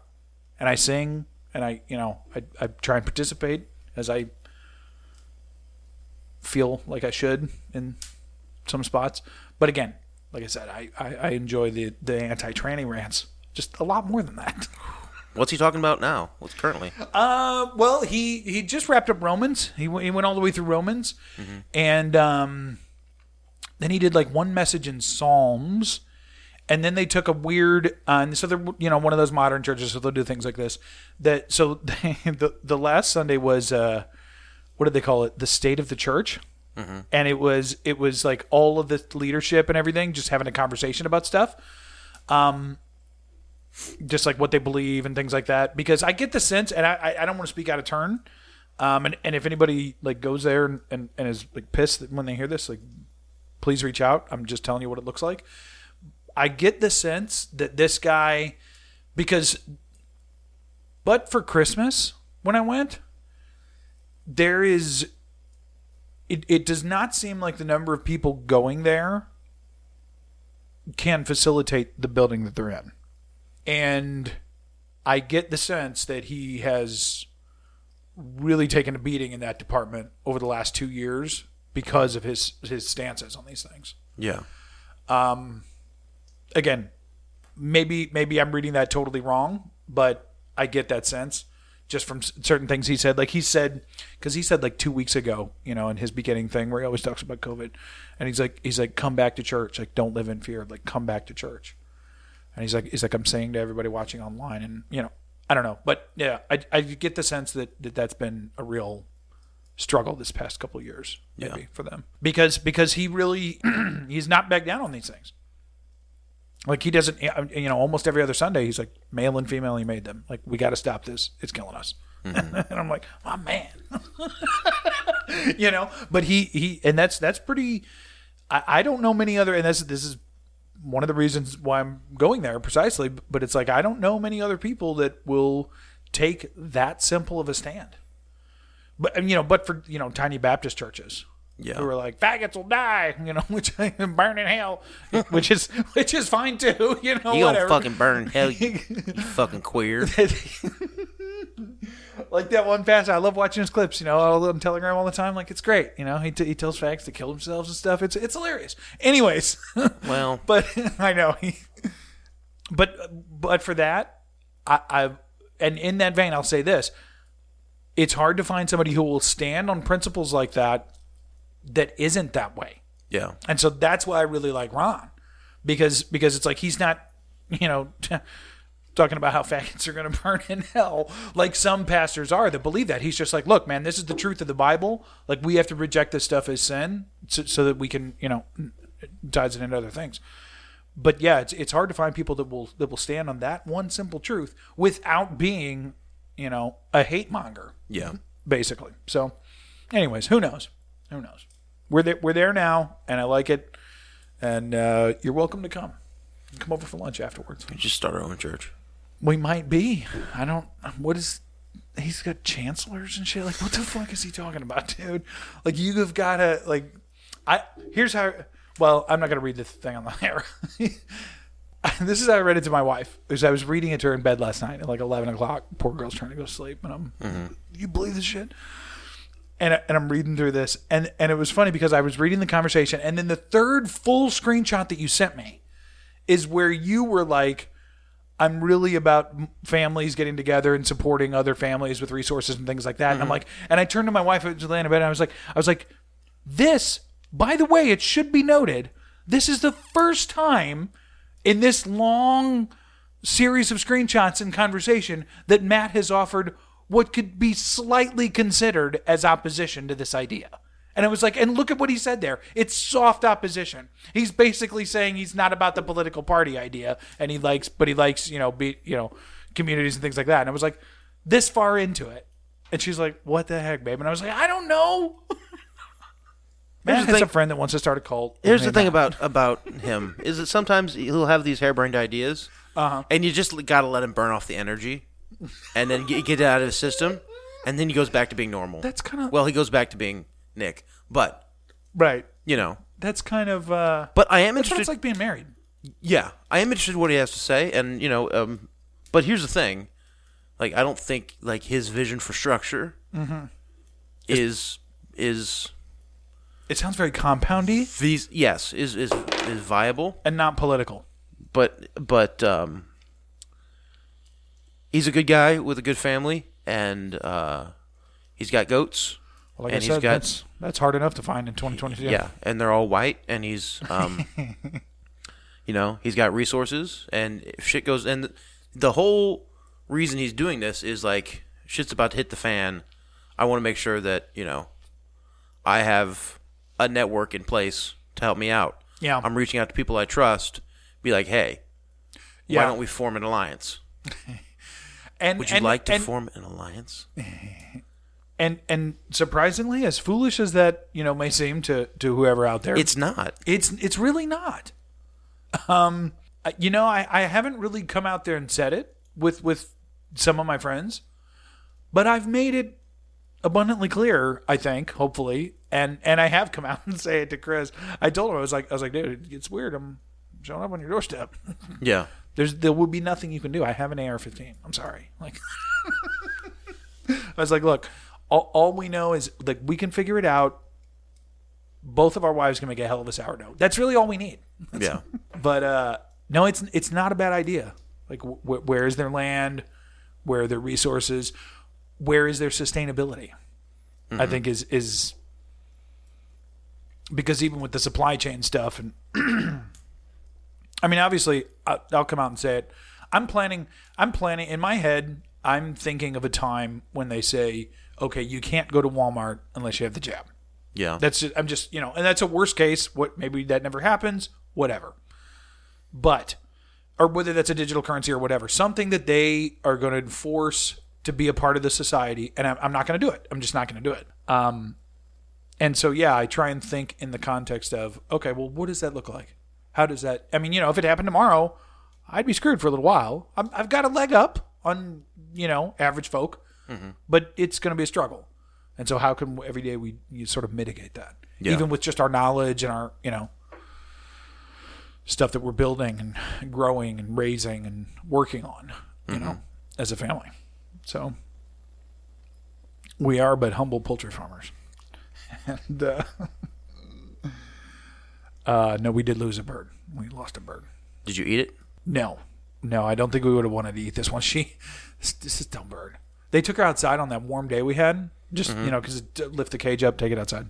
S2: and I sing, and I you know I I try and participate as I feel like I should in some spots. But again, like I said, I I, I enjoy the the anti-tranny rants just a lot more than that.
S1: What's he talking about now? What's currently?
S2: Uh, well, he he just wrapped up Romans. He w- he went all the way through Romans, and um, then he did like one message in Psalms, and then they took a weird uh, and so they're you know one of those modern churches so they'll do things like this. That so the the last Sunday was uh, what did they call it? The state of the church. And it was it was like all of the leadership and everything just having a conversation about stuff just like what they believe and things like that. Because I get the sense, and I, I- I don't want to speak out of turn. Um, and, and if anybody like goes there and, and, and is like pissed that when they hear this, like, please reach out. I'm just telling you what it looks like. I get the sense that this guy, because, but for Christmas when I went, there is, it, it does not seem like the number of people going there can facilitate the building that they're in. And I get the sense that he has really taken a beating in that department over the last two years because of his his stances on these things.
S1: Yeah.
S2: Again, maybe maybe I'm reading that totally wrong, but I get that sense just from s- certain things he said. Like he said, because he said like two weeks ago, you know, in his beginning thing where he always talks about COVID, and he's like he's like come back to church, like don't live in fear, like come back to church. And he's like, he's like, I'm saying to everybody watching online, and you know, I don't know, but yeah, I, I get the sense that, that that's been a real struggle this past couple of years, maybe for them, because because he really he's not back down on these things. Like he doesn't, you know, almost every other Sunday he's like, male and female, he made them. Like we got to stop this; it's killing us. and I'm like, my man, you know. But he he, and that's that's pretty. I, I don't know many other, and this this is one of the reasons why I'm going there precisely, but it's like I don't know many other people that will take that simple of a stand. But and, you know, but for you know, tiny Baptist churches
S1: Yeah.
S2: who are like faggots will die, you know, which burn in hell, which is which is fine too, you know,
S1: You gonna
S2: whatever.
S1: fucking burn in hell, you, you fucking queer.
S2: like that one pastor. I love watching his clips. You know, all on Telegram all the time. Like it's great. You know, he, t- he tells facts to kill themselves and stuff. It's it's hilarious. Anyways,
S1: Well,
S2: but I know he. But but for that, I, I and in that vein, I'll say this: it's hard to find somebody who will stand on principles like that that isn't that way.
S1: yeah.
S2: And so that's why I really like Ron because because it's like he's not, you know, talking about how faggots are going to burn in hell like some pastors are that believe that. He's just like, look, man, this is the truth of the Bible. Like we have to reject this stuff as sin so, so that we can, you know, ties it into other things. But yeah, it's it's hard to find people that will that will stand on that one simple truth without being, you know, a hate monger
S1: Yeah.
S2: basically. So, anyways, who knows? Who knows? We're there. We're there now, and I like it. And uh, you're welcome to come. Come over for lunch afterwards.
S1: We just start our own church.
S2: We might be. I don't. What is? He's got chancellors and shit. Like, what the fuck is he talking about, dude? Like, you have got to like. I here's how. Well, I'm not gonna read the thing on the air. this is how I read it to my wife. Because I was reading it to her in bed last night at like 11 o'clock. Poor girl's trying to go to sleep, and I'm. You believe this shit? and, and I'm reading through this, and and it was funny because I was reading the conversation, and then the third full screenshot that you sent me is where you were like, "I'm really about m- families getting together and supporting other families with resources and things like that." And I'm like, and I turned to my wife who was laying in bed, and I was like, I was like, this, by the way, it should be noted, this is the first time in this long series of screenshots and conversation that Matt has offered what could be slightly considered as opposition to this idea. And it was like, and look at what he said there. It's soft opposition. He's basically saying he's not about the political party idea, and he likes, but he likes, you know, be, you know, communities and things like that. And I was like, this far into it, and she's like, "What the heck, babe?" And I was like, "I don't know." Matt
S1: the
S2: has
S1: thing-
S2: a friend that wants to start a cult.
S1: Here's the
S2: Maybe
S1: thing
S2: not.
S1: about about him is that sometimes he'll have these harebrained ideas, uh-huh. and you just gotta let him burn off the energy, and then get, get it out of his system, and then he goes back to being normal.
S2: That's kinda-
S1: well, he goes back to being Nick, but
S2: right.
S1: you know.
S2: That's kind of. Uh,
S1: But I am
S2: that's what
S1: interested.
S2: it's like being married.
S1: Yeah, I am interested in what he has to say, and you know, um, but here's the thing: like, I don't think like his vision for structure
S2: Mm-hmm.
S1: is is
S2: It sounds very compoundy
S1: these yes is is is viable,
S2: and not political.
S1: but but um, he's a good guy with a good family, and uh, he's got goats,
S2: Well, like
S1: and
S2: I
S1: he's
S2: said,
S1: got
S2: that's that's hard enough to find in 2022.
S1: yeah, and they're all white, and he's, um, you know, he's got resources, and if shit goes, and the whole reason he's doing this is like shit's about to hit the fan. I want to make sure that you know, I have a network in place to help me out.
S2: Yeah.
S1: I'm reaching out to people I trust. Be like, hey,
S2: Yeah.
S1: Why don't we form an alliance?
S2: And
S1: Would you
S2: and-
S1: like to
S2: and,
S1: form an alliance?
S2: And and surprisingly, as foolish as that you know may seem to to whoever out there,
S1: It's not.
S2: It's it's really not. Um, I- you know, I, I haven't really come out there and said it with with some of my friends, but I've made it abundantly clear. I think, hopefully, and and I have come out and say it to Chris. I told him I was like I was like, dude, it's weird. I'm showing up on your doorstep.
S1: Yeah.
S2: There's there will be nothing you can do. I have an AR-15. I'm sorry. Like I was like, look, all, all we know is like we can figure it out. Both of our wives can make a hell of a sourdough. That's really all we need.
S1: Yeah.
S2: But uh, no, it's it's not a bad idea. Like wh- where is their land? Where are their resources? Where is their sustainability? I think is is because even with the supply chain stuff and I mean, obviously, I- I'll come out and say it. I'm planning. I'm planning in my head. I'm thinking of a time when they say, "Okay, you can't go to Walmart unless you have the jab."
S1: Yeah.
S2: That's just, I'm just you know, and that's a worst case. What maybe that never happens. Whatever. But, or whether that's a digital currency or whatever, something that they are going to enforce to be a part of the society, and I'm, I'm not going to do it. I'm just not going to do it. Um, and so yeah, I try and think in the context of okay, well, what does that look like? How does that? I mean, you know, if it happened tomorrow, I'd be screwed for a little while. I'm, I've got a leg up on you know average folk, but it's going to be a struggle. And so, how can every day we you sort of mitigate that,
S1: Yeah.
S2: even with just our knowledge and our you know stuff that we're building and growing and raising and working on, you know, as a family. So we are but humble poultry farmers. And uh, uh, no, we did lose a bird. We lost a bird.
S1: Did you eat it?
S2: No, no, I don't think we would have wanted to eat this one. She, this, this is dumb bird. They took her outside on that warm day we had, just
S1: Mm-hmm.
S2: you know, because lift the cage up, take it outside.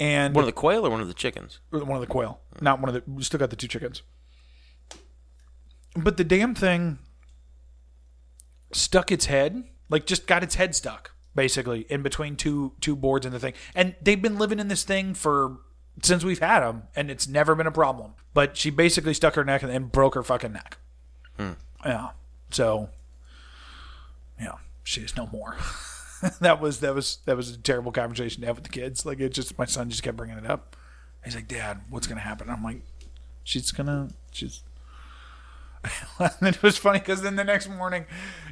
S2: And
S1: One of the quail or one of the chickens?
S2: one of the quail, not one of the. We still got the two chickens. But the damn thing stuck its head, like just got its head stuck, basically in between two two boards and the thing. And they've been living in this thing for since we've had them, and it's never been a problem. But she basically stuck her neck and, and broke her fucking neck. Yeah. So. Yeah, she is no more. that was that was that was a terrible conversation to have with the kids. Like it just my son just kept bringing it up. He's like, Dad, what's gonna happen? I'm like, she's gonna, she's. and it was funny because then the next morning,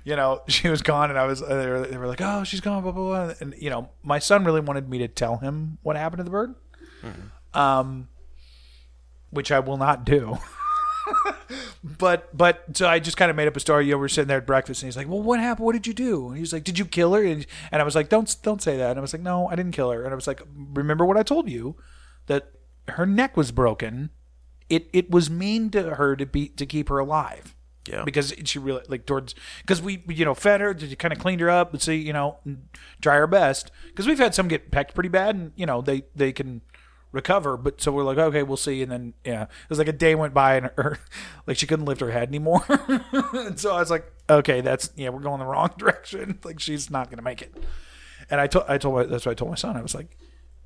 S2: you know, she was gone, and I was they were, they were like, oh, she's gone, blah blah blah, and you know, my son really wanted me to tell him what happened to the bird, um, which I will not do. But but so I just kind of made up a story. You know, we're sitting there at breakfast, and he's like, "Well, what happened? What did you do?" And he was like, "Did you kill her?" And, and I was like, "Don't don't say that." And I was like, "No, I didn't kill her." And I was like, "Remember what I told you, that her neck was broken. It it was mean to her to be to keep her alive."
S1: Yeah.
S2: because she really like towards because we you know fed her just kind of cleaned her up and see you know try our best because we've had some get pecked pretty bad and you know they they can recover but so we're like okay we'll see and then yeah it was like a day went by and her like she couldn't lift her head anymore and so i was like okay that's yeah we're going the wrong direction like she's not gonna make it and i told i told my, that's what i told my son i was like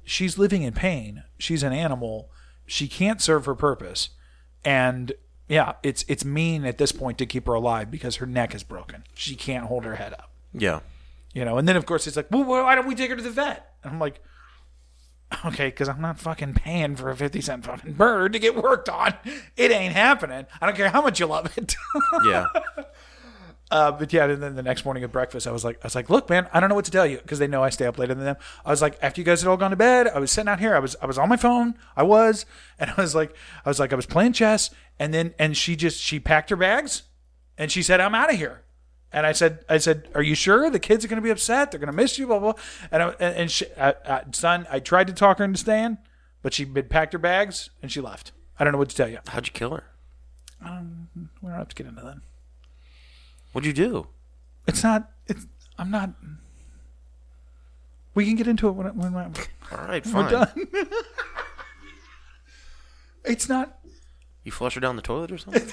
S2: she's living in pain. She's an animal. She can't serve her purpose. And yeah, it's it's mean at this point to keep her alive because her neck is broken. She can't hold her head up.
S1: Yeah.
S2: You know, and then of course it's like, well, why don't we take her to the vet? And I'm like, okay, because I'm not fucking paying for a 50 cent fucking bird to get worked on. It ain't happening. I don't care how much you love it.
S1: Yeah.
S2: Uh, but yeah, and then the next morning at breakfast, I was like, I was like, look, man, I don't know what to tell you because they know I stay up later than them. I was like, after you guys had all gone to bed, I was sitting out here, I was, I was on my phone, I was, and I was like, I was like, I was playing chess, and then, and she just, she packed her bags, and she said, I'm out of here, and I said, I said, are you sure the kids are going to be upset? They're going to miss you, blah blah. blah." And I, and, and she, I, I, son, I tried to talk her into staying, but she had packed her bags and she left. I don't know what to tell you.
S1: How'd you kill her?
S2: We don't have to get into that.
S1: What'd you do?
S2: It's not. It's. I'm not. We can get into it when. I- when I,
S1: All right, fine.
S2: it's not.
S1: You flush her down the toilet or something?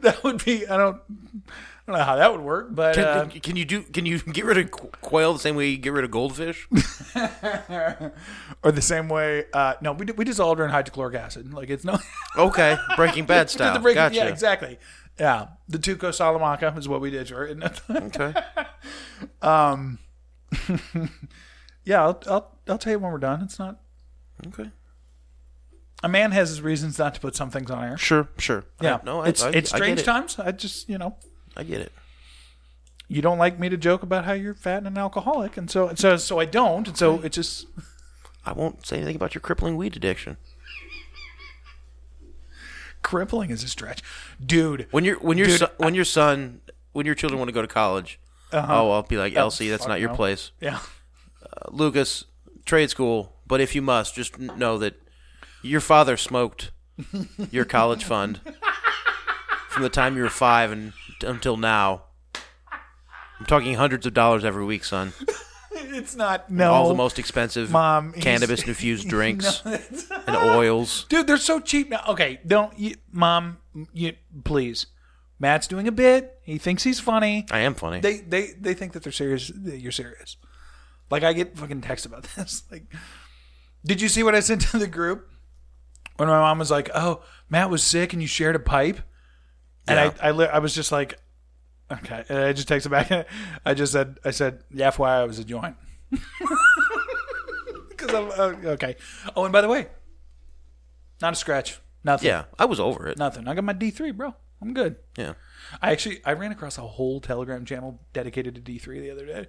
S2: That would be. I don't. I don't know how that would work, but
S1: Can,
S2: uh,
S1: can you do? Can you get rid of qu- quail the same way you get rid of goldfish?
S2: or the same way. Uh, no, we, di- we dissolved her in hydrochloric acid. Like it's no.
S1: Okay, Breaking Bad
S2: We did
S1: style.
S2: the break-
S1: Oh, gotcha.
S2: Yeah, exactly. Yeah, the Tuco Salamanca is what we did. Right?
S1: Okay.
S2: yeah, I'll, I'll I'll tell you when we're done. It's not.
S1: Okay.
S2: A man has his reasons not to put some things on air.
S1: Sure. Sure. I-
S2: Yeah,
S1: no, I,
S2: it's
S1: I,
S2: it's
S1: I
S2: strange
S1: get it.
S2: times. I just you know
S1: I get it.
S2: you don't like me to joke about how you're fat and an alcoholic, and so so so I don't, and so it just
S1: I won't say anything about your crippling weed addiction.
S2: crippling is a stretch, dude.
S1: When your when your
S2: Dude,
S1: son, when your son when your children want to go to college,
S2: Uh-huh.
S1: oh, I'll be like Elsie. That's
S2: fuck
S1: not your
S2: no.
S1: place.
S2: Yeah,
S1: Lucas, trade school. But if you must, just n- know that your father smoked your college fund from the time you were five and until now. I'm talking hundreds of dollars every week, son.
S2: it's not no
S1: All the most expensive
S2: Mom, he's-
S1: cannabis infused drinks and oils.
S2: dude. They're so cheap now. Okay, don't you, mom, you please. Matt's doing a bit. He thinks he's funny.
S1: I am funny.
S2: they they they think that they're serious that you're serious like i get fucking texts about this like did you see what i sent to the group when my mom was like oh matt was sick and you shared a pipe and
S1: Yeah.
S2: I, I li- i was just like okay and i just texted back i just said i said yeah fyi i was a joint because i'm uh, okay oh and by the way not a scratch nothing
S1: yeah, I was over it.
S2: nothing i got my d3 bro i'm good
S1: Yeah,
S2: I actually I ran across a whole Telegram channel dedicated to D three the other day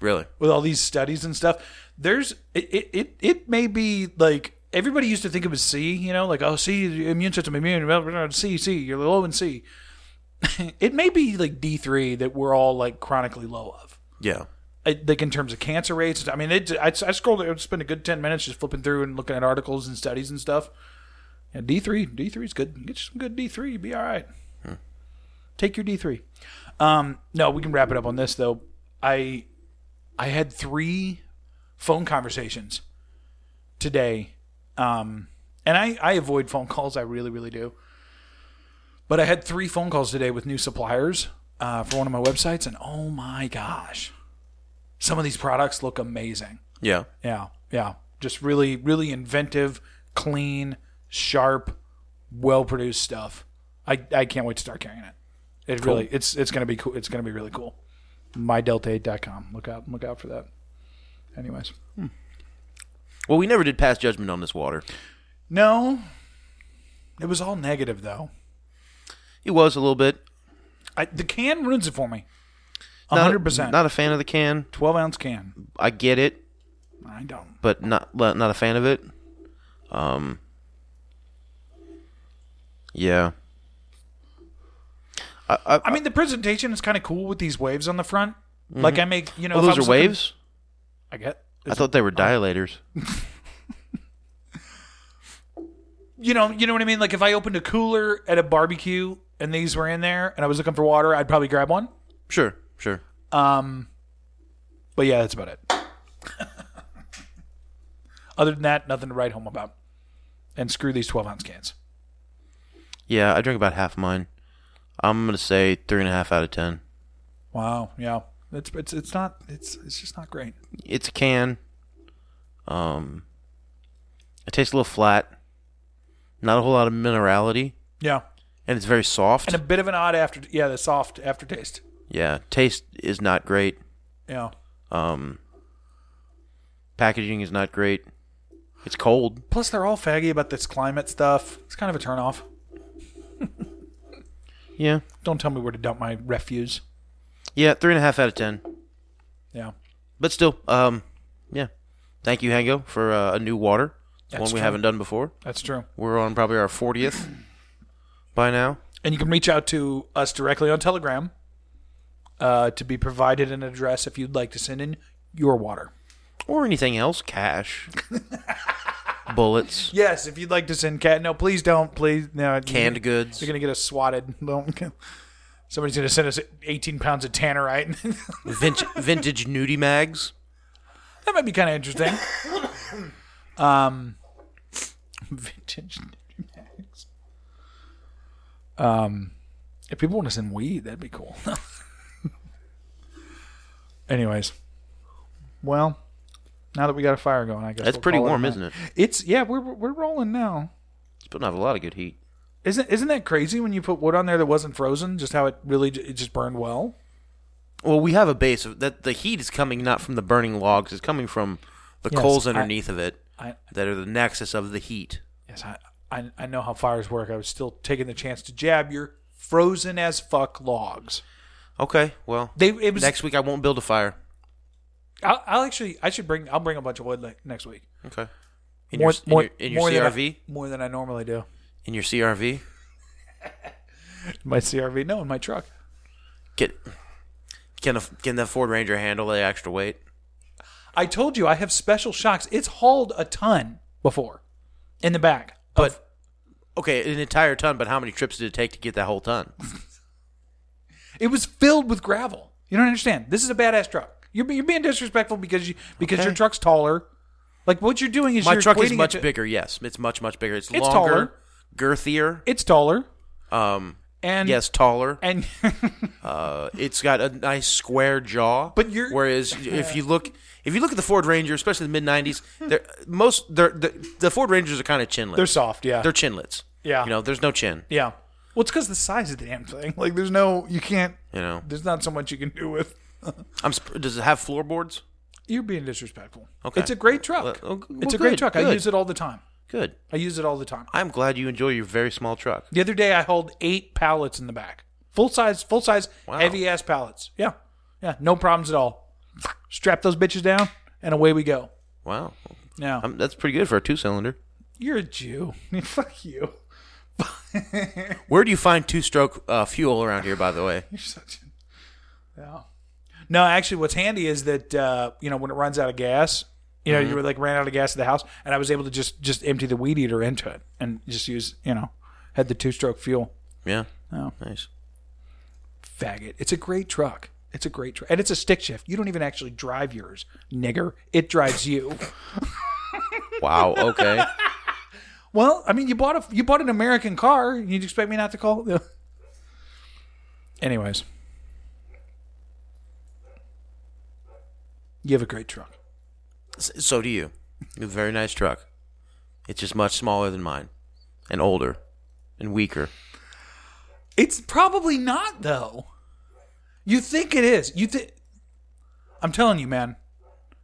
S1: really.
S2: with all these studies and stuff. There's it it it, it may be like everybody used to think it was C, you know, like oh C the immune system immune blah, blah, blah, C C you're low in C. it may be like D three that we're all like chronically low of.
S1: Yeah,
S2: I- Like in terms of cancer rates, I mean, it, I, I scrolled. I spent a good ten minutes just flipping through and looking at articles and studies and stuff. Yeah, D three, D three is good. Get you some good D three, be all right. Take your D three. Um, no, we can wrap it up on this though. I I had three phone conversations today, um, and I I avoid phone calls. I really really do. But I had three phone calls today with new suppliers uh, for one of my websites, and oh my gosh, some of these products look amazing.
S1: yeah.
S2: Yeah, yeah. Just really, really inventive, clean, sharp, well produced stuff. I, I can't wait to start carrying it. It really it's it's gonna be cool. It's gonna be really cool. MyDelta8.com. Look out look out for that. Anyways.
S1: Well, we never did pass judgment on this water.
S2: No. It was all negative though.
S1: It was a little bit.
S2: I, the can ruins it for me.
S1: Not-
S2: hundred percent.
S1: Not a fan of the can.
S2: Twelve ounce can.
S1: I get it.
S2: I don't.
S1: but not le- not a fan of it. Um, yeah,
S2: I mean the presentation is kinda cool with these waves on the front. Like I make you know
S1: Mm-hmm. well,
S2: if I
S1: those
S2: was
S1: are
S2: looking-
S1: waves.
S2: I get
S1: I thought they were dilators.
S2: you know, you know what I mean. Like if I opened a cooler at a barbecue and these were in there, and I was looking for water, I'd probably grab one.
S1: Sure, sure.
S2: Um, but yeah, that's about it. Other than that, nothing to write home about. And screw these twelve ounce cans.
S1: Yeah, I drink about half mine. I'm gonna say three and a half out of ten.
S2: Wow. Yeah. It's it's it's not it's it's just not great.
S1: It's a can. Um, it tastes a little flat. Not a whole lot of minerality,
S2: Yeah.
S1: and it's very soft.
S2: And a bit of an odd after yeah the soft aftertaste.
S1: yeah, taste is not great.
S2: Yeah.
S1: Um, packaging is not great. It's cold.
S2: Plus they're all faggy about this climate stuff. It's kind of a turnoff.
S1: Yeah.
S2: Don't tell me where to dump my refuse.
S1: Yeah, three and a half out of ten.
S2: Yeah.
S1: But still, um, yeah. Thank you, Hango, for uh, a new water. It's
S2: That's
S1: one we
S2: true.
S1: haven't done before.
S2: That's true.
S1: We're on probably our fortieth by now.
S2: And you can reach out to us directly on Telegram uh, to be provided an address if you'd like to send in your water.
S1: Or anything else. Cash. Bullets.
S2: Yes, if you'd like to send cat. No, please don't. Please no.
S1: Canned goods.
S2: You're gonna get us swatted. Don't. Somebody's gonna send us 18 pounds of tannerite.
S1: Vintage, vintage nudie mags.
S2: that might be kind of interesting. um, vintage nudie mags. Um, if people want to send weed, that'd be cool. Anyways, well, now that we got a fire going, I guess
S1: That's
S2: we'll
S1: pretty
S2: call
S1: warm,
S2: a
S1: isn't it?
S2: night. It's yeah, we're we're rolling now.
S1: It's putting out a lot of good heat.
S2: Isn't isn't that crazy when you put wood on there that wasn't frozen? Just how it really j- it just burned well.
S1: Well, we have a base of that. The heat is coming not from the burning logs; it's coming from the
S2: Yes,
S1: coals
S2: I-
S1: underneath of it
S2: I
S1: that are the nexus of the heat.
S2: yes, I, I I know how fires work. I was still taking the chance to jab your frozen as fuck logs.
S1: Okay, well,
S2: They it was
S1: next week I won't build a fire.
S2: I'll, I'll actually I should bring I'll bring a bunch of wood like next week.
S1: Okay. In
S2: More
S1: your, in your, in your
S2: more
S1: CRV?
S2: Than I, more than I normally do.
S1: in your CRV?
S2: My CRV, no, in my truck.
S1: Get can a, can the Ford Ranger handle the extra weight?
S2: I told you I have special shocks. It's hauled a ton before in the back. But
S1: Okay, an entire ton, but how many trips did it take to get that whole ton?
S2: it was filled with gravel. You don't understand. This is a badass truck. You're, you're being disrespectful because you because your
S1: Okay.
S2: truck's taller. Like what you're doing is
S1: My
S2: you're
S1: truck is
S2: equating it
S1: much
S2: to-
S1: bigger. Yes, it's much much bigger. It's,
S2: It's
S1: longer, girthier.
S2: It's taller
S1: Um,
S2: and
S1: yes, taller.
S2: and
S1: Uh, it's got a nice square jaw.
S2: But you're-
S1: whereas if you look if you look at the Ford Ranger, especially the mid '90s, they're most they're, the the Ford Rangers are kind of chinless.
S2: Hmm. they're soft. Yeah,
S1: They're chinlets.
S2: Yeah.
S1: You know, there's no chin.
S2: yeah. Well, it's because the size of the damn thing. Like there's no you can't.
S1: You know,
S2: There's not so much you can do with.
S1: I'm. sp- Does it have floorboards?
S2: You're being disrespectful.
S1: Okay.
S2: It's a great truck.
S1: Well, oh, well,
S2: it's a great
S1: good,
S2: truck. I
S1: good.
S2: use it all the time.
S1: Good.
S2: I use it all the time.
S1: I'm glad you enjoy your very small truck.
S2: The other day I hauled eight pallets in the back. Full size, full size,
S1: Wow.
S2: heavy ass pallets. Yeah. Yeah. No problems at all. Strap those bitches down and away we go.
S1: Wow,
S2: Now
S1: Um that's pretty good for a two cylinder.
S2: you're a Jew. Fuck you.
S1: Where do you find two stroke uh, fuel around here? By the way,
S2: You're such a Yeah. No, actually what's handy is that uh, you know, when it runs out of gas, you know, you were like ran out of gas at the house and I was able to just just empty the weed eater into it and just use, you know, had the two stroke fuel.
S1: yeah,
S2: Oh.
S1: nice.
S2: faggot. It's a great truck. It's a great truck. And it's a stick shift. You don't even actually drive yours, nigger. It drives you.
S1: Wow. Okay.
S2: well, I mean, you bought a you bought an American car. You'd expect me not to call it. Anyways. You have a great truck.
S1: S- so do you. You have a very nice truck. It's just much smaller than mine, and older, and weaker.
S2: It's probably not though. You think it is. You think I'm telling you, man.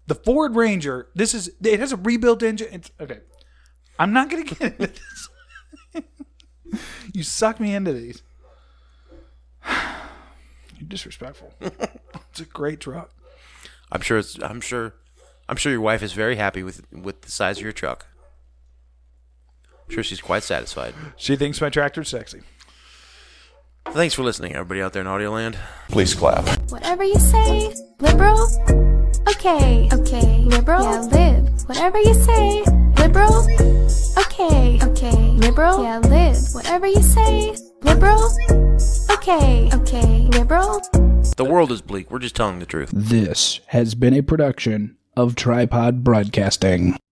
S2: The Ford Ranger, this is it has a rebuilt engine. It's okay. I'm not gonna get into this. you suck me into these. You're disrespectful. it's a great truck.
S1: I'm sure. It's, I'm sure. I'm sure your wife is very happy with with the size of your truck. I'm sure she's quite satisfied.
S2: She thinks my tractor's sexy.
S1: Thanks for listening, everybody out there in Audioland.
S3: Please clap.
S4: Whatever you say, liberal. Okay, okay, liberal. Yeah, live. Whatever you say, liberal. Okay, okay, liberal. Yeah, live. Whatever you say, liberal. Okay, okay, liberal.
S1: The world is bleak. We're just telling the truth.
S5: This has been a production of Tripod Broadcasting.